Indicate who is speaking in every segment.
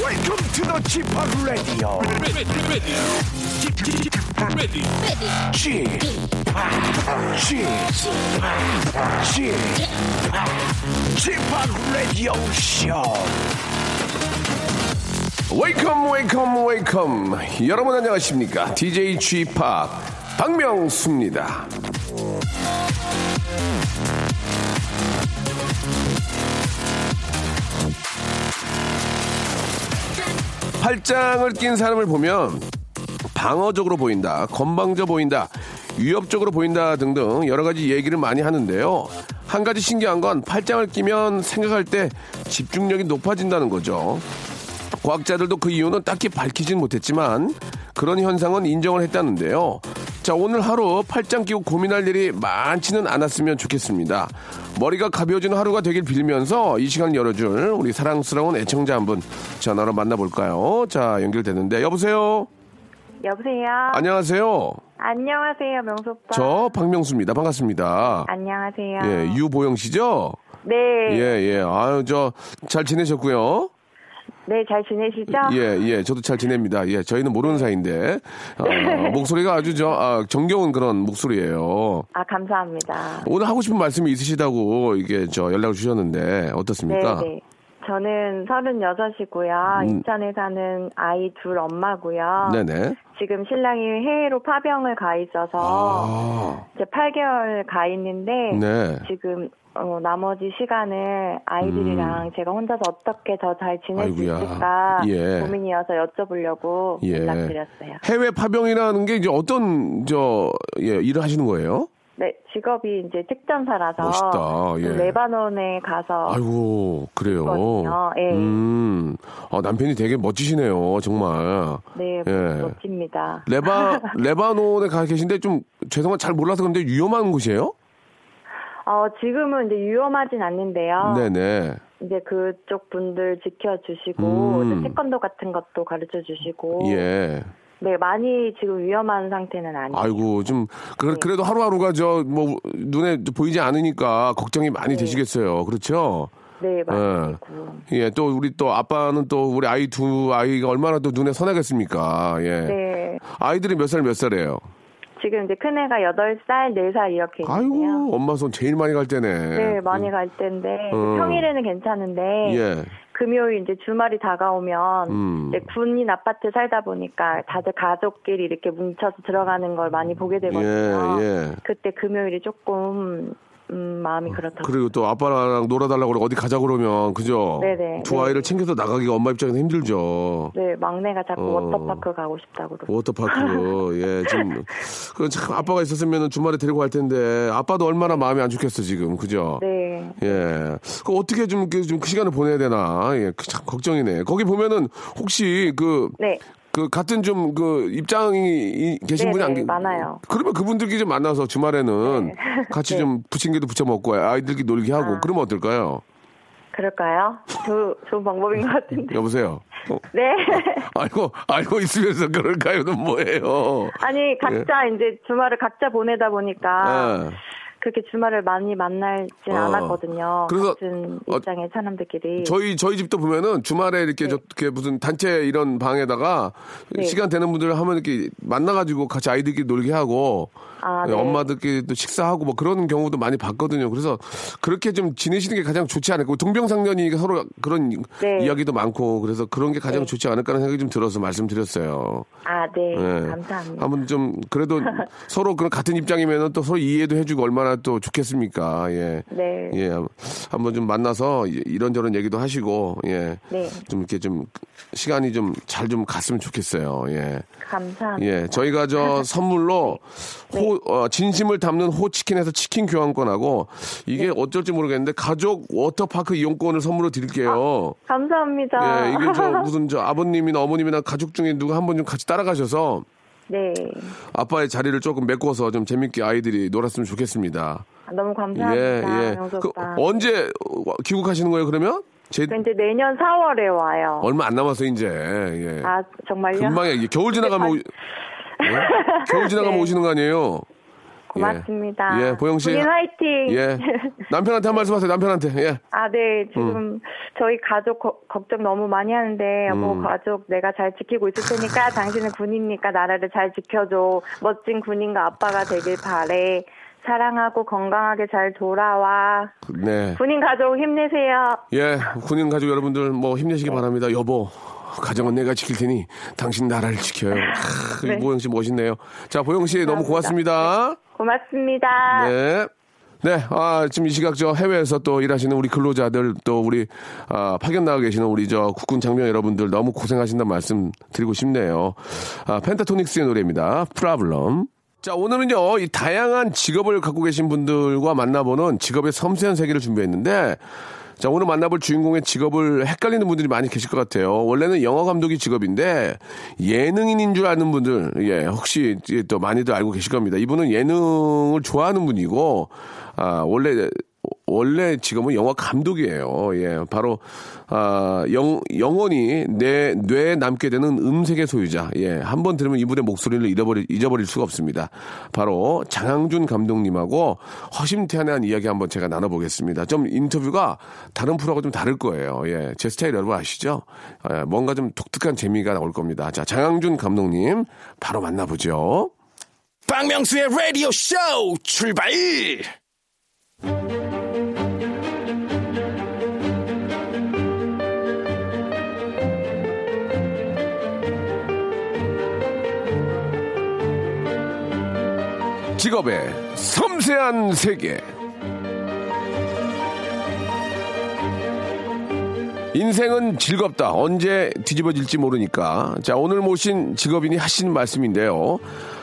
Speaker 1: Welcome to the Chip Radio. Chip Chip Radio Show.
Speaker 2: 웨이컴 웨이컴 웨이컴 여러분 안녕하십니까 DJ g p 박명수입니다 팔짱을 낀 사람을 보면 방어적으로 보인다 건방져 보인다 위협적으로 보인다 등등 여러 가지 얘기를 많이 하는데요 한 가지 신기한 건 팔짱을 끼면 생각할 때 집중력이 높아진다는 거죠 과학자들도 그 이유는 딱히 밝히진 못했지만 그런 현상은 인정을 했다는데요. 자, 오늘 하루 팔짱 끼고 고민할 일이 많지는 않았으면 좋겠습니다. 머리가 가벼워지는 하루가 되길 빌면서 이 시간을 열어줄 우리 사랑스러운 애청자 한 분 전화로 만나볼까요? 자, 연결됐는데. 여보세요?
Speaker 3: 여보세요.
Speaker 2: 안녕하세요.
Speaker 3: 안녕하세요, 명수 오빠.
Speaker 2: 저 박명수입니다. 반갑습니다.
Speaker 3: 아. 안녕하세요.
Speaker 2: 예, 유보영 씨죠?
Speaker 3: 네.
Speaker 2: 예, 예. 아유, 저 잘 지내셨고요.
Speaker 3: 네, 잘 지내시죠?
Speaker 2: 예, 예, 저도 잘 지냅니다. 예, 저희는 모르는 사이인데 어,
Speaker 3: 네.
Speaker 2: 목소리가 아주 저 아, 정겨운 그런 목소리예요.
Speaker 3: 아, 감사합니다.
Speaker 2: 오늘 하고 싶은 말씀이 있으시다고 이게 저 연락을 주셨는데 어떻습니까?
Speaker 3: 네, 네. 저는 36이고요.
Speaker 2: 음.
Speaker 3: 인천에 사는 아이 둘 엄마고요.
Speaker 2: 네
Speaker 3: 지금 신랑이 해외로 파병을 가 있어서
Speaker 2: 아,
Speaker 3: 이제 8개월 가 있는데
Speaker 2: 네.
Speaker 3: 지금 어, 나머지 시간을 아이들이랑 제가 혼자서 어떻게 더 잘 지낼 수
Speaker 2: 음. 아이고야.
Speaker 3: 있을까
Speaker 2: 예.
Speaker 3: 고민이어서 여쭤보려고
Speaker 2: 예.
Speaker 3: 연락드렸어요.
Speaker 2: 해외 파병이라는 게 이제 어떤 저 예, 일을 하시는 거예요?
Speaker 3: 네, 직업이 이제 특전사라서
Speaker 2: 멋있다, 예.
Speaker 3: 레바논에 가서
Speaker 2: 아이고, 그래요.
Speaker 3: 어. 그렇군요. 예.
Speaker 2: 음, 아, 남편이 되게 멋지시네요, 정말.
Speaker 3: 네,
Speaker 2: 예.
Speaker 3: 멋집니다.
Speaker 2: 레바 레바논에 가 계신데 좀 죄송한 잘 몰라서 그런데 위험한 곳이에요?
Speaker 3: 어, 지금은 이제 위험하진 않는데요.
Speaker 2: 네네.
Speaker 3: 이제 그쪽 분들 지켜주시고
Speaker 2: 음.
Speaker 3: 이제 태권도 같은 것도 가르쳐 주시고
Speaker 2: 예.
Speaker 3: 네, 많이 지금 위험한 상태는 아니에요.
Speaker 2: 아이고 좀 그, 그래도 하루하루가 저 뭐 눈에 보이지 않으니까 걱정이 많이 되시겠어요. 그렇죠?
Speaker 3: 네,
Speaker 2: 예.
Speaker 3: 많이 고
Speaker 2: 예. 또 우리 또 아빠는 또 우리 아이 두 아이가 얼마나 또 눈에 선하겠습니까? 예.
Speaker 3: 네.
Speaker 2: 아이들이 몇 살 몇 살이에요?
Speaker 3: 지금 이제 큰애가 8살, 4살 이렇게 있는데요.
Speaker 2: 아이고 엄마 손 제일 많이 갈 때네.
Speaker 3: 네, 많이 갈 텐데
Speaker 2: 예. 어.
Speaker 3: 평일에는 괜찮은데
Speaker 2: 예.
Speaker 3: 금요일 이제 주말이 다가오면
Speaker 2: 음.
Speaker 3: 이제 군인 아파트 살다 보니까 다들 가족끼리 이렇게 뭉쳐서 들어가는 걸 많이 보게 되거든요.
Speaker 2: 예, 예.
Speaker 3: 그때 금요일이 조금 음, 마음이 그렇다고.
Speaker 2: 그리고 또 아빠랑 놀아달라고 그러고 어디 가자 그러면 그죠?
Speaker 3: 네네.
Speaker 2: 두 아이를 챙겨서 나가기가 엄마 입장에서 힘들죠.
Speaker 3: 네, 막내가 자꾸
Speaker 2: 어.
Speaker 3: 워터파크 가고 싶다고 그러고.
Speaker 2: 워터파크 예 지금 그참 아빠가 있었으면 주말에 데리고 갈 텐데 아빠도 얼마나 마음이 안 좋겠어 지금 그죠
Speaker 3: 네.
Speaker 2: 예그 어떻게 좀 그 좀 그 시간을 보내야 되나 예참 걱정이네 거기 보면은 혹시 그 그
Speaker 3: 네.
Speaker 2: 같은 좀 그 입장이 이- 계신
Speaker 3: 네,
Speaker 2: 분이 안
Speaker 3: 네,
Speaker 2: 계-
Speaker 3: 많아요. 네.
Speaker 2: 그러면 그분들끼리 좀 만나서 주말에는 같이 좀 부침개도 부쳐 먹고 아이들끼리 놀게 하고 그러면 어떨까요?
Speaker 3: 그럴까요? 조, 좋은 방법인 것 같은데.
Speaker 2: 여보세요. 어,
Speaker 3: 네.
Speaker 2: 알고 알고 있으면서 그럴까요는 뭐예요?
Speaker 3: 아니, 각자 이제 주말을 각자 보내다 보니까
Speaker 2: 예.
Speaker 3: 그렇게 주말을 많이 만날진
Speaker 2: 어.
Speaker 3: 않았거든요.
Speaker 2: 그래서
Speaker 3: 같은
Speaker 2: 어,
Speaker 3: 입장의 사람들끼리.
Speaker 2: 저희 저희 집도 보면은 주말에 이렇게 저 이렇게 무슨 단체 이런 방에다가
Speaker 3: 네.
Speaker 2: 시간 되는 분들 하면 이렇게 만나가지고 같이 아이들끼리 놀게 하고 예,
Speaker 3: 아, 네.
Speaker 2: 엄마들끼리 또 식사하고 뭐 그런 경우도 많이 봤거든요. 그래서 그렇게 좀 지내시는 게 가장 좋지 않을까. 동병상련이 서로 그런
Speaker 3: 네.
Speaker 2: 이야기도 많고 그래서 그런 게 가장
Speaker 3: 네.
Speaker 2: 좋지 않을까라는 생각이 좀 들어서 말씀드렸어요.
Speaker 3: 아, 네.
Speaker 2: 예.
Speaker 3: 감사합니다.
Speaker 2: 한번 좀 그래도 서로 그런 같은 입장이면은 또 서로 이해도 해주고 얼마나 얼마나 또 좋겠습니까? 예.
Speaker 3: 네.
Speaker 2: 예. 한번 좀 만나서 이- 이런저런 얘기도 하시고, 예.
Speaker 3: 네.
Speaker 2: 좀 이렇게 좀 시간이 좀 잘 좀 갔으면 좋겠어요. 예.
Speaker 3: 감사합니다. 네.
Speaker 2: 예. 저희가 저 선물로 호, 어, 진심을 담는 호치킨에서 치킨 교환권하고 이게
Speaker 3: 네.
Speaker 2: 어쩔지 모르겠는데 가족 워터파크 이용권을 선물로 드릴게요.
Speaker 3: 감사합니다.
Speaker 2: 예. 이게 저 무슨 저 아버님이나 어머님이나 가족 중에 누가 한 번 좀 같이 따라가셔서
Speaker 3: 네.
Speaker 2: 아빠의 자리를 조금 메꿔서 좀 재밌게 아이들이 놀았으면 좋겠습니다.
Speaker 3: 아, 그러니까, 너무
Speaker 2: 예,
Speaker 3: 감사합니다.
Speaker 2: 예.
Speaker 3: 영수
Speaker 2: 그
Speaker 3: 오빠.
Speaker 2: 언제 어, 귀국하시는 거예요, 그러면? 제
Speaker 3: 그 이제 내년 4월에 와요.
Speaker 2: 얼마 안 남았어, 이제. 예.
Speaker 3: 아, 정말요?
Speaker 2: 금방에 예. 이게 겨울 지나가면 오... 예? 겨울 지나가면
Speaker 3: 네.
Speaker 2: 오시는 거 아니에요?
Speaker 3: 고맙습니다.
Speaker 2: 예, 보영 씨.
Speaker 3: 군인 화이팅!
Speaker 2: 예. 남편한테 한 말씀 하세요, 남편한테. 예.
Speaker 3: 아, 네.
Speaker 2: 음.
Speaker 3: 지금 저희 가족 거- 걱정 너무 많이 하는데, 뭐
Speaker 2: 음.
Speaker 3: 가족 내가 잘 지키고 있을 테니까 당신은 군인이니까 나라를 잘 지켜줘. 멋진 군인과 아빠가 되길 바래. 사랑하고 건강하게 잘 돌아와.
Speaker 2: 네.
Speaker 3: 군인 가족 힘내세요.
Speaker 2: 예, 군인 가족 여러분들 뭐 힘내시기
Speaker 3: 네.
Speaker 2: 바랍니다. 여보, 가정은 내가 지킬 테니 당신 나라를 지켜요. 크,
Speaker 3: 네.
Speaker 2: 보영 씨 멋있네요. 자, 보영 씨 너무 고맙습니다.
Speaker 3: 고맙습니다.
Speaker 2: 네. 네, 아, 지금 이 시각 저 해외에서 또 일하시는 우리 근로자들 또 우리 아, 파견 나가 계시는 우리 저 국군 장병 여러분들 너무 고생하신다는 말씀 드리고 싶네요. 아, 펜타토닉스의 노래입니다. 프라블럼. 자, 오늘은요, 이 다양한 직업을 갖고 계신 분들과 만나보는 직업의 섬세한 세계를 준비했는데, 자, 오늘 만나볼 주인공의 직업을 헷갈리는 분들이 많이 계실 것 같아요. 원래는 영화 감독이 직업인데 예능인인 줄 아는 분들, 예, 혹시 이제 또 많이들 알고 계실 겁니다. 이분은 예능을 좋아하는 분이고, 아, 원래, 원래 직업은 영화 감독이에요. 예, 바로, 아, 영, 영원히 내 뇌에 남게 되는 음색의 소유자. 예, 한 번 들으면 이분의 목소리를 잃어버릴, 잊어버릴 수가 없습니다. 바로 장항준 감독님하고 허심탄회한 이야기 한번 제가 나눠보겠습니다. 좀 인터뷰가 다른 프로하고 좀 다를 거예요. 예, 제 스타일 여러분 아시죠? 예, 뭔가 좀 독특한 재미가 나올 겁니다. 자, 장항준 감독님 바로 만나보죠.
Speaker 1: 박명수의 라디오 쇼 출발!
Speaker 2: 직업의 섬세한 세계. 인생은 즐겁다. 언제 뒤집어질지 모르니까. 자, 오늘 모신 직업인이 하신 말씀인데요.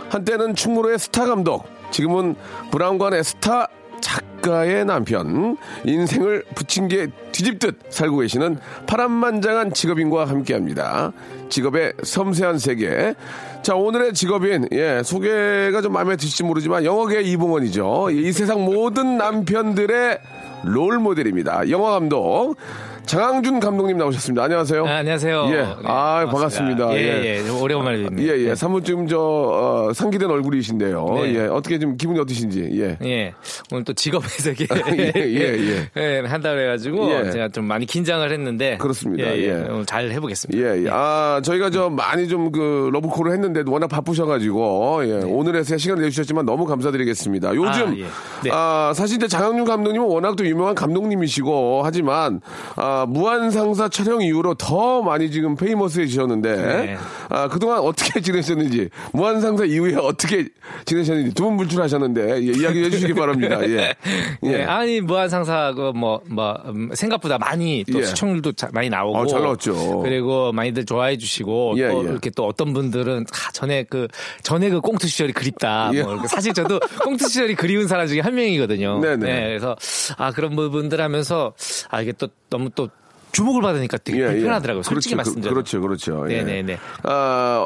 Speaker 2: 한때는 충무로의 스타 감독, 지금은 브라운관의 스타 작가의 남편, 인생을 붙인 게 뒤집듯 살고 계시는 파란만장한 직업인과 함께 합니다. 직업의 섬세한 세계. 자, 오늘의 직업인, 예, 소개가 좀 마음에 드실지 모르지만 영어계 이봉원이죠. 이 세상 모든 남편들의 롤 모델입니다. 영화 감독. 장항준 감독님 나오셨습니다. 안녕하세요.
Speaker 4: 아, 안녕하세요.
Speaker 2: 예.
Speaker 4: 네,
Speaker 2: 아, 반갑습니다. 예.
Speaker 4: 예, 예. 좀 오래간만에 뵙네요.
Speaker 2: 예, 예. 사무쯤 저, 어, 상기된 얼굴이신데요.
Speaker 4: 네.
Speaker 2: 예. 어떻게 좀 기분이 어떠신지. 예.
Speaker 4: 예. 오늘 또 직업의 세계. 네,
Speaker 2: 예, 예,
Speaker 4: 한다고 해가지고
Speaker 2: 예.
Speaker 4: 제가 좀 많이 긴장을 했는데.
Speaker 2: 그렇습니다. 예.
Speaker 4: 오늘 잘 해보겠습니다.
Speaker 2: 예, 예. 아, 저희가 저 많이 좀 그 러브콜을 했는데 워낙 바쁘셔가지고, 예. 오늘의 새 시간을 내주셨지만 너무 감사드리겠습니다. 요즘, 아,
Speaker 4: 네. 아, 예. 네.
Speaker 2: 사실 이제 장항준 감독님은 워낙 또 유명한 감독님이시고, 하지만, 아, 무한상사 촬영 이후로 더 많이 지금 페이머스해지셨는데,
Speaker 4: 네.
Speaker 2: 아, 그동안 어떻게 지내셨는지, 무한상사 이후에 어떻게 지내셨는지 두 분 불출하셨는데, 예, 이야기 해주시기 바랍니다. 예. 예.
Speaker 4: 예, 아니 무한상사고 뭐, 뭐 음, 생각보다 많이 또
Speaker 2: 예.
Speaker 4: 시청률도 자- 많이 나오고
Speaker 2: 아, 잘 나왔죠.
Speaker 4: 그리고 많이들 좋아해 주시고
Speaker 2: 예,
Speaker 4: 또
Speaker 2: 예.
Speaker 4: 이렇게 또 어떤 분들은 아, 전에 그 전에 그 꽁트 시절이 그립다.
Speaker 2: 예.
Speaker 4: 뭐 이렇게 사실 저도 꽁트 시절이 그리운 사람 중에 한 명이거든요.
Speaker 2: 네네.
Speaker 4: 예, 그래서 아 그런 부분들 하면서 아 이게 또 너무 또 주목을 받으니까 되게
Speaker 2: 예, 예.
Speaker 4: 불편하더라고요. 솔직히
Speaker 2: 그렇죠,
Speaker 4: 말씀드려.
Speaker 2: 그, 렇죠 그렇죠. 예.
Speaker 4: 네네네.
Speaker 2: 아,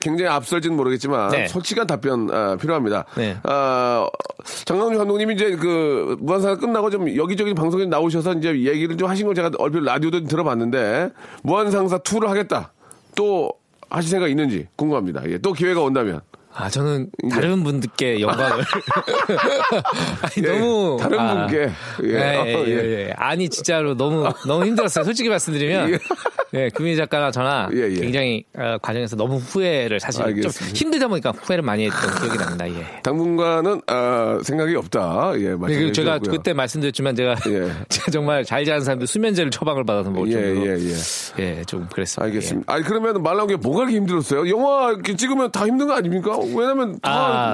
Speaker 2: 굉장히 앞설지는 모르겠지만
Speaker 4: 네.
Speaker 2: 솔직한 답변 아, 필요합니다.
Speaker 4: 네.
Speaker 2: 아, 장강준 감독님이 이제 그 무한상사 끝나고 좀 여기저기 방송에 나오셔서 이제 얘기를 좀 하신 걸 제가 얼핏 라디오도 좀 들어봤는데 무한상사 2를 하겠다. 또 하실 생각 있는지 궁금합니다. 예, 또 기회가 온다면.
Speaker 4: 아 저는 다른 분들께 영광을 아니
Speaker 2: 예,
Speaker 4: 너무
Speaker 2: 다른
Speaker 4: 아,
Speaker 2: 분께. 예. 아.
Speaker 4: 예, 예,
Speaker 2: 어, 예.
Speaker 4: 예. 아니 진짜로 너무 너무 힘들었어요 솔직히 말씀드리면 네, 금희 작가나 저나
Speaker 2: 예, 예.
Speaker 4: 굉장히 어, 과정에서 너무 후회를 사실 좀
Speaker 2: 알겠습니다.
Speaker 4: 힘들다 보니까 후회를 많이 했던 기억이 납니다. 예.
Speaker 2: 당분간은 아, 생각이 없다. 예,
Speaker 4: 네,
Speaker 2: 말씀해
Speaker 4: 그리고 제가
Speaker 2: 주셨고요.
Speaker 4: 그때 말씀드렸지만 제가,
Speaker 2: 예.
Speaker 4: 제가 정말 잘 자는 사람들 수면제를 처방을 받아서 먹을
Speaker 2: 예,
Speaker 4: 정도로
Speaker 2: 예, 예.
Speaker 4: 예, 좀 그랬습니다.
Speaker 2: 알겠습니다. 아니 그러면 말 나온 게 뭐가 이렇게 힘들었어요? 영화 이렇게 찍으면 다 힘든 거 아닙니까? 왜냐면 다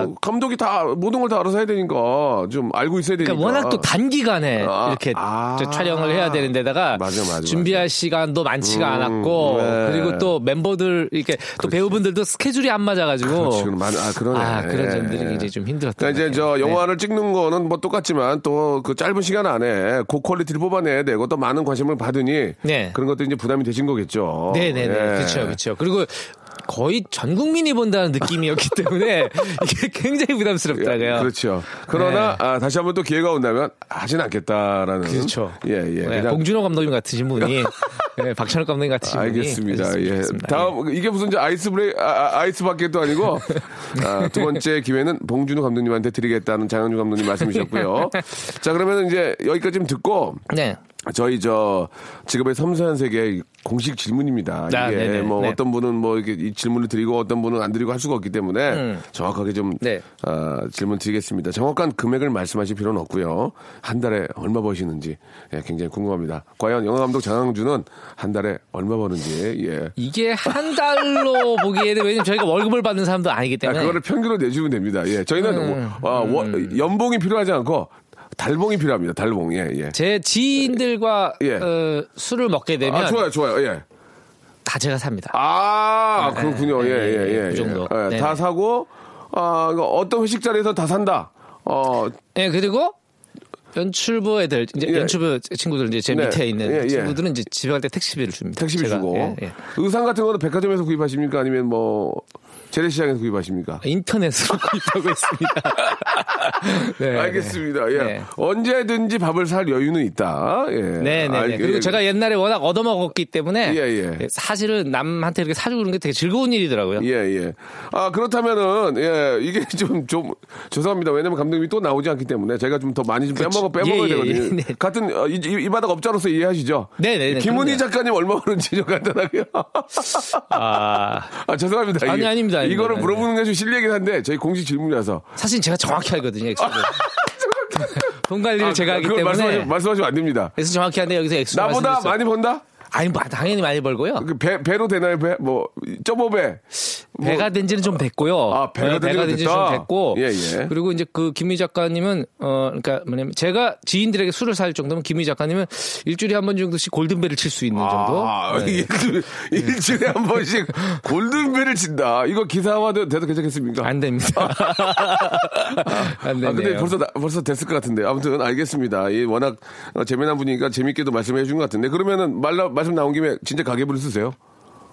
Speaker 4: 아.
Speaker 2: 뭐 감독이 다 모든 걸 다 알아서 해야 되니까 좀 알고 있어야
Speaker 4: 예.
Speaker 2: 되니까.
Speaker 4: 그러니까 워낙 또 단기간에
Speaker 2: 아,
Speaker 4: 이렇게
Speaker 2: 아.
Speaker 4: 저 촬영을 해야 되는데다가
Speaker 2: 맞아, 맞아, 음,
Speaker 4: 준비할 시간도 많지가 않았고
Speaker 2: 네.
Speaker 4: 그리고 또 멤버들 이렇게 또 배우분들도 스케줄이 안 맞아가지고
Speaker 2: 그렇지, 그럼 많- 아, 그러네.
Speaker 4: 아, 그런
Speaker 2: 예.
Speaker 4: 점들이 이제 좀 힘들었던
Speaker 2: 그러니까 이제
Speaker 4: 것
Speaker 2: 저
Speaker 4: 같아요.
Speaker 2: 영화를 찍는 거는 뭐 똑같지만 또 그 짧은 시간 안에 고퀄리티를 뽑아내야 되고 또 많은 관심을 받으니
Speaker 4: 네.
Speaker 2: 그런 것도 이제 부담이 되신 거겠죠.
Speaker 4: 네, 네, 네,
Speaker 2: 예.
Speaker 4: 그렇죠, 그렇죠. 그리고 거의 전 국민이 본다는 느낌이었기 때문에 이게 굉장히 부담스럽다고요. 네.
Speaker 2: 예, 그렇죠. 그러나 아, 다시 한번 또 기회가 온다면 하진 않겠다라는.
Speaker 4: 그렇죠.
Speaker 2: 예, 예.
Speaker 4: 네,
Speaker 2: 그냥
Speaker 4: 봉준호 감독님 같으신 분이 네, 박찬욱 감독님 같으신 분이
Speaker 2: 알겠습니다. 예.
Speaker 4: 그랬으면 좋겠습니다.
Speaker 2: 다음 이게 무슨 이제 아이스 브레이 아, 이스 바켓도 아니고 아, 두 번째 기회는 봉준호 감독님한테 드리겠다는 장현주 감독님 말씀이셨고요. 자 그러면 이제 여기까지 좀 듣고
Speaker 4: 네.
Speaker 2: 저희 저 직업의 섬세한 세계 공식 질문입니다.
Speaker 4: 아,
Speaker 2: 이게
Speaker 4: 네네,
Speaker 2: 뭐
Speaker 4: 네.
Speaker 2: 어떤 분은 뭐 이렇게 이 질문을 드리고 어떤 분은 안 드리고 할 수가 없기 때문에 정확하게 좀
Speaker 4: 음. 네.
Speaker 2: 아, 질문 드리겠습니다. 정확한 금액을 말씀하실 필요는 없고요. 한 달에 얼마 버시는지 예, 굉장히 궁금합니다. 과연 영화 감독 장항준은 한 달에 얼마 버는지 예.
Speaker 4: 이게 한 달로 보기에는 왜냐면 저희가 월급을 받는 음, 사람도 아니기
Speaker 2: 아,
Speaker 4: 때문에
Speaker 2: 그거를 평균으로 내주면 됩니다. 예, 저희는 어, 워- 연봉이 필요하지 않고 달봉이 필요합니다. 달봉 예 예.
Speaker 4: 제 지인들과
Speaker 2: 예.
Speaker 4: 어, 술을 먹게 되면
Speaker 2: 아 좋아요 좋아요 예.
Speaker 4: 다 제가 삽니다.
Speaker 2: 아,
Speaker 4: 네,
Speaker 2: 그렇군요.
Speaker 4: 네,
Speaker 2: 예,
Speaker 4: 네,
Speaker 2: 예,
Speaker 4: 네,
Speaker 2: 예.
Speaker 4: 그
Speaker 2: 예.
Speaker 4: 정도.
Speaker 2: 예,
Speaker 4: 네,
Speaker 2: 다
Speaker 4: 네.
Speaker 2: 사고, 아, 이거 어떤 회식 자리에서 다 산다. 어,
Speaker 4: 예, 그리고 연출부 애들 이제
Speaker 2: 예.
Speaker 4: 연출부 친구들 이제 제
Speaker 2: 네.
Speaker 4: 밑에 있는
Speaker 2: 예, 예.
Speaker 4: 친구들은 이제 집에 갈 때 택시비를 줍니다.
Speaker 2: 택시비
Speaker 4: 제가.
Speaker 2: 주고.
Speaker 4: 예, 예.
Speaker 2: 의상 같은 거는 백화점에서 구입하십니까? 아니면 뭐, 재래시장에서 구입하십니까?
Speaker 4: 인터넷으로 구입하고 있습니다. 네, 네.
Speaker 2: 알겠습니다. 예.
Speaker 4: 네.
Speaker 2: 언제든지 밥을 살 여유는 있다. 예.
Speaker 4: 네, 네,
Speaker 2: 알-
Speaker 4: 네. 그리고
Speaker 2: 예.
Speaker 4: 제가 옛날에 워낙 얻어먹었기 때문에
Speaker 2: 예, 예.
Speaker 4: 예, 사실은 남한테 이렇게 사주고 그런 게 되게 즐거운 일이더라고요.
Speaker 2: 예, 예. 아, 그렇다면은, 예, 이게 좀, 좀, 죄송합니다. 왜냐면 감독님이 또 나오지 않기 때문에 제가 좀 더 많이 좀 빼먹어, 빼먹어야
Speaker 4: 예, 예,
Speaker 2: 되거든요.
Speaker 4: 예, 네.
Speaker 2: 같은, 어, 이, 이- 이 바닥 업자로서 이해하시죠?
Speaker 4: 네, 네, 네,
Speaker 2: 김은희
Speaker 4: 그럼요.
Speaker 2: 작가님 얼마 버는지 좀 간단하게.
Speaker 4: 아,
Speaker 2: 아, 죄송합니다.
Speaker 4: 아니, 아닙니다, 아닙니다.
Speaker 2: 이거를
Speaker 4: 네.
Speaker 2: 물어보는 게 좀 실례긴 한데, 저희 공식 질문이라서.
Speaker 4: 사실 제가 정확히 알거든요. 엑스를. 돈 관리를
Speaker 2: 아,
Speaker 4: 네, 제가 하기
Speaker 2: 그걸
Speaker 4: 때문에 네,
Speaker 2: 말씀하시면, 말씀하시면 안 됩니다.
Speaker 4: 그래서 정확히 하는데 여기서 엑스
Speaker 2: 나보다 많이 번다?
Speaker 4: 아니 뭐, 당연히 많이 벌고요.
Speaker 2: 그 배, 배로 되나요? 배? 뭐, 점오배. 뭐,
Speaker 4: 배가 된지는 좀 됐고요.
Speaker 2: 아, 배가
Speaker 4: 네,
Speaker 2: 된 지는
Speaker 4: 된지
Speaker 2: 됐다.
Speaker 4: 좀 됐고.
Speaker 2: 예, 예.
Speaker 4: 그리고 이제 그 김희 작가님은 어 그러니까 뭐냐면 제가 지인들에게 술을 살 정도면 김희 작가님은 일주일에 한 번 정도씩 골든벨을 칠 수 있는 정도.
Speaker 2: 아,
Speaker 4: 네.
Speaker 2: 일주일- 일주일에 한 번씩 골든벨을 친다. 이거 기사화도 돼도 괜찮겠습니까?
Speaker 4: 안 됩니다. 안
Speaker 2: 아,
Speaker 4: 되네요.
Speaker 2: 근데 벌써, 나- 벌써 됐을 것 같은데. 아무튼 알겠습니다. 이 워낙 어, 재미난 분이니까 재밌게도 말씀해 주신 것 같은데. 그러면은 말, 나- 말씀 나온 김에 진짜 가계부를 쓰세요?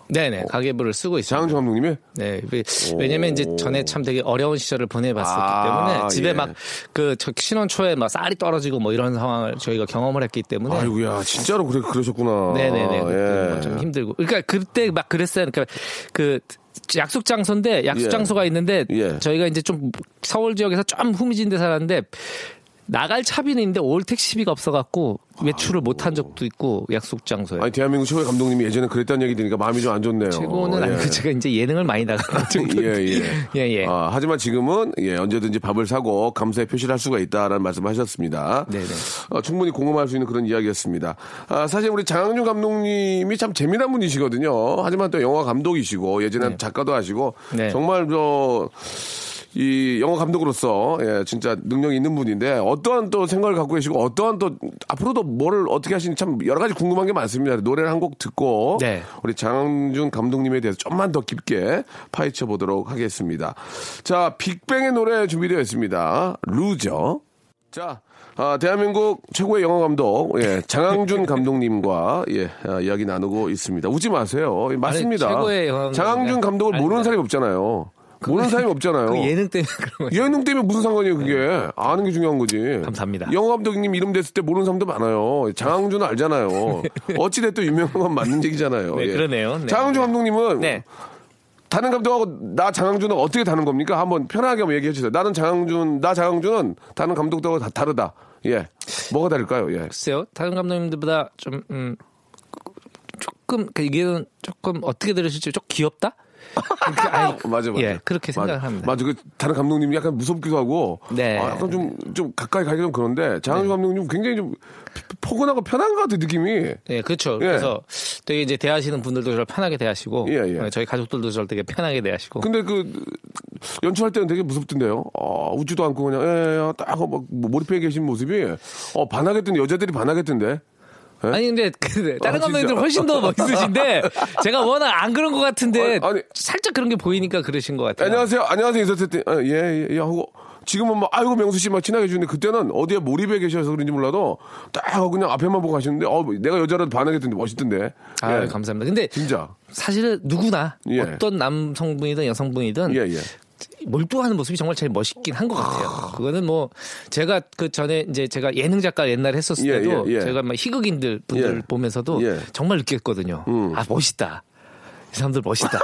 Speaker 4: 네네 가계부를 쓰고 있어요.
Speaker 2: 장항주 감독님이?
Speaker 4: 네 왜- 왜냐면 이제 전에 참 되게 어려운 시절을 보내봤었기
Speaker 2: 아,
Speaker 4: 때문에 집에
Speaker 2: 예.
Speaker 4: 막 그 신혼 초에 막 쌀이 떨어지고 뭐 이런 상황을 저희가 경험을 했기 때문에
Speaker 2: 아이고야, 진짜로 그래, 그러셨구나.
Speaker 4: 네네네. 그때
Speaker 2: 예.
Speaker 4: 뭐좀 힘들고. 그러니까 그때 막 그랬어요. 그러니까 그 약속 장소인데
Speaker 2: 예.
Speaker 4: 약속 장소가 있는데
Speaker 2: 예.
Speaker 4: 저희가 이제 좀 서울 지역에서 좀 후미진 데 살았는데 나갈 차비는 있는데 올 택시비가 없어갖고 외출을 못한 적도 있고 약속 장소에.
Speaker 2: 아니, 대한민국 최고의 감독님이 예전에 그랬다는 얘기 들으니까 마음이 좀 안 좋네요.
Speaker 4: 최고는
Speaker 2: 예.
Speaker 4: 아니고 제가 이제 예능을 많이 나가는 정도.
Speaker 2: 예, 예.
Speaker 4: 예, 예.
Speaker 2: 아, 하지만 지금은 예, 언제든지 밥을 사고 감사의 표시를 할 수가 있다라는 말씀하셨습니다.
Speaker 4: 네네.
Speaker 2: 어, 충분히 공감할 수 있는 그런 이야기였습니다. 아, 사실 우리 장항준 감독님이 참 재미난 분이시거든요. 하지만 또 영화 감독이시고 예전에 작가도 하시고
Speaker 4: 네.
Speaker 2: 정말 저. 이 영화 감독으로서 예, 진짜 능력이 있는 분인데 어떠한 또 생각을 갖고 계시고 어떠한 또 앞으로도 뭐를 어떻게 하시는지 참 여러 가지 궁금한 게 많습니다. 노래를 한 곡 듣고
Speaker 4: 네.
Speaker 2: 우리 장항준 감독님에 대해서 좀만 더 깊게 파헤쳐 보도록 하겠습니다. 자, 빅뱅의 노래 준비되어 있습니다. 루저. 자, 아, 대한민국 최고의 영화 감독, 예, 장항준 감독님과 예, 아, 이야기 나누고 있습니다. 웃지 마세요. 예, 맞습니다.
Speaker 4: 최고의 영화 감독이라-
Speaker 2: 장항준 감독을 모르는
Speaker 4: 아닙니다.
Speaker 2: 사람이 없잖아요. 모르는 사람이 없잖아요.
Speaker 4: 그 예능 때문에 그런 거예요.
Speaker 2: 예능 때문에 무슨 상관이에요, 그게. 아는 게 중요한 거지.
Speaker 4: 네. 감사합니다.
Speaker 2: 영화 감독님 이름 됐을 때 모르는 사람도 많아요. 장항준은 알잖아요. 어찌됐든 유명한 건 맞는 얘기잖아요. 예.
Speaker 4: 네, 그러네요. 네.
Speaker 2: 장항준 감독님은
Speaker 4: 네.
Speaker 2: 다른 감독하고 나 장항준은 어떻게 다른 겁니까? 한번 편하게 한번 얘기해 주세요. 나는 장항준, 나 장항준은 다른 감독하고 다 다르다. 예. 뭐가 다를까요? 예.
Speaker 4: 글쎄요. 다른 감독님들보다 좀 음, 조금 그러니까 이게 조금 어떻게 들으실지 좀 귀엽다. 그러니까 아이,
Speaker 2: 맞아, 맞아.
Speaker 4: 예, 그렇게 생각합니다.
Speaker 2: 맞아, 그 다른 감독님이 약간 무섭기도 하고,
Speaker 4: 네.
Speaker 2: 아, 약간 좀, 좀 가까이 가기 좀 그런데, 장항준 감독님 굉장히 좀 피- 포근하고 편한 것 같아, 느낌이.
Speaker 4: 예, 그렇죠. 그래서 되게 이제 대하시는 분들도 저를 편하게 대하시고,
Speaker 2: 예, 예.
Speaker 4: 어, 저희 가족들도 저를 되게 편하게 대하시고.
Speaker 2: 근데 그, 연출할 때는 되게 무섭던데요. 어, 웃지도 않고 그냥, 예, 예, 딱막 몰입해 계신 모습이, 어, 반하겠던데, 여자들이 반하겠던데.
Speaker 4: 아니 근데 그 다른
Speaker 2: 예? 아,
Speaker 4: 감독님들
Speaker 2: 진짜.
Speaker 4: 훨씬 더 멋있으신데 제가 워낙 안 그런 것 같은데
Speaker 2: 아니, 아니.
Speaker 4: 살짝 그런 게 보이니까 그러신 것 같아요.
Speaker 2: 안녕하세요, 안녕하세요, 인사했을 때, 예, 예, 예, 하고, 지금은 막, 아이고, 명수 씨 막 친하게 해주는데, 그때는 어디에 몰입해 계셔서 그런지 몰라도, 딱 하고 그냥 앞에만 보고 가시는데, 어, 내가 여자라도 반하겠던데, 멋있던데.
Speaker 4: 아
Speaker 2: 예.
Speaker 4: 감사합니다. 근데
Speaker 2: 진짜.
Speaker 4: 사실은 누구나
Speaker 2: 예.
Speaker 4: 어떤 남성분이든 여성분이든
Speaker 2: 예, 예.
Speaker 4: 몰두하는 모습이 정말 제일 멋있긴 한 것 같아요. 그거는 뭐 제가 그 전에 이제 제가 예능 작가 옛날에 했었을
Speaker 2: 예,
Speaker 4: 때도
Speaker 2: 예, 예.
Speaker 4: 제가 막 희극인들 분들
Speaker 2: 예.
Speaker 4: 보면서도
Speaker 2: 예. 음.
Speaker 4: 정말 느꼈거든요. 아 멋있다. 이 사람들 멋있다.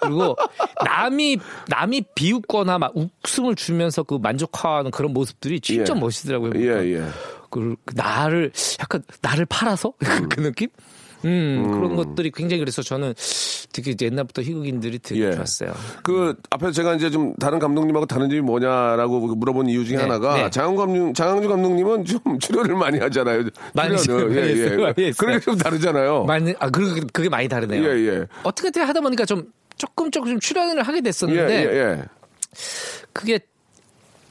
Speaker 4: 그리고 남이 남이 비웃거나 막 웃음을 주면서 그 만족하는 그런 모습들이 진짜
Speaker 2: 예.
Speaker 4: 멋있더라고요.
Speaker 2: 예, 예.
Speaker 4: 그 나를 약간 나를 팔아서 그 느낌? 음, 그런 것들이 굉장히 그래서 저는 되게 이제 옛날부터 희극인들이 되게
Speaker 2: 예.
Speaker 4: 좋았어요.
Speaker 2: 그 앞에 제가 이제 좀 다른 감독님하고 다른 점이 뭐냐라고 물어본 이유 중에
Speaker 4: 네,
Speaker 2: 하나가
Speaker 4: 네.
Speaker 2: 장항준 감독, 장항준 감독님은 좀 출연을 많이 하잖아요. 예,
Speaker 4: 많이 했어요, 많이 했어요, 많이 했어요.
Speaker 2: 그러니까 좀 다르잖아요.
Speaker 4: 많이 아 그게 그게 많이 다르네요.
Speaker 2: 예, 예.
Speaker 4: 어떻게 어떻게 하다 보니까 좀 조금 조금 출연을 하게
Speaker 2: 예,
Speaker 4: 됐었는데
Speaker 2: 예, 예.
Speaker 4: 그게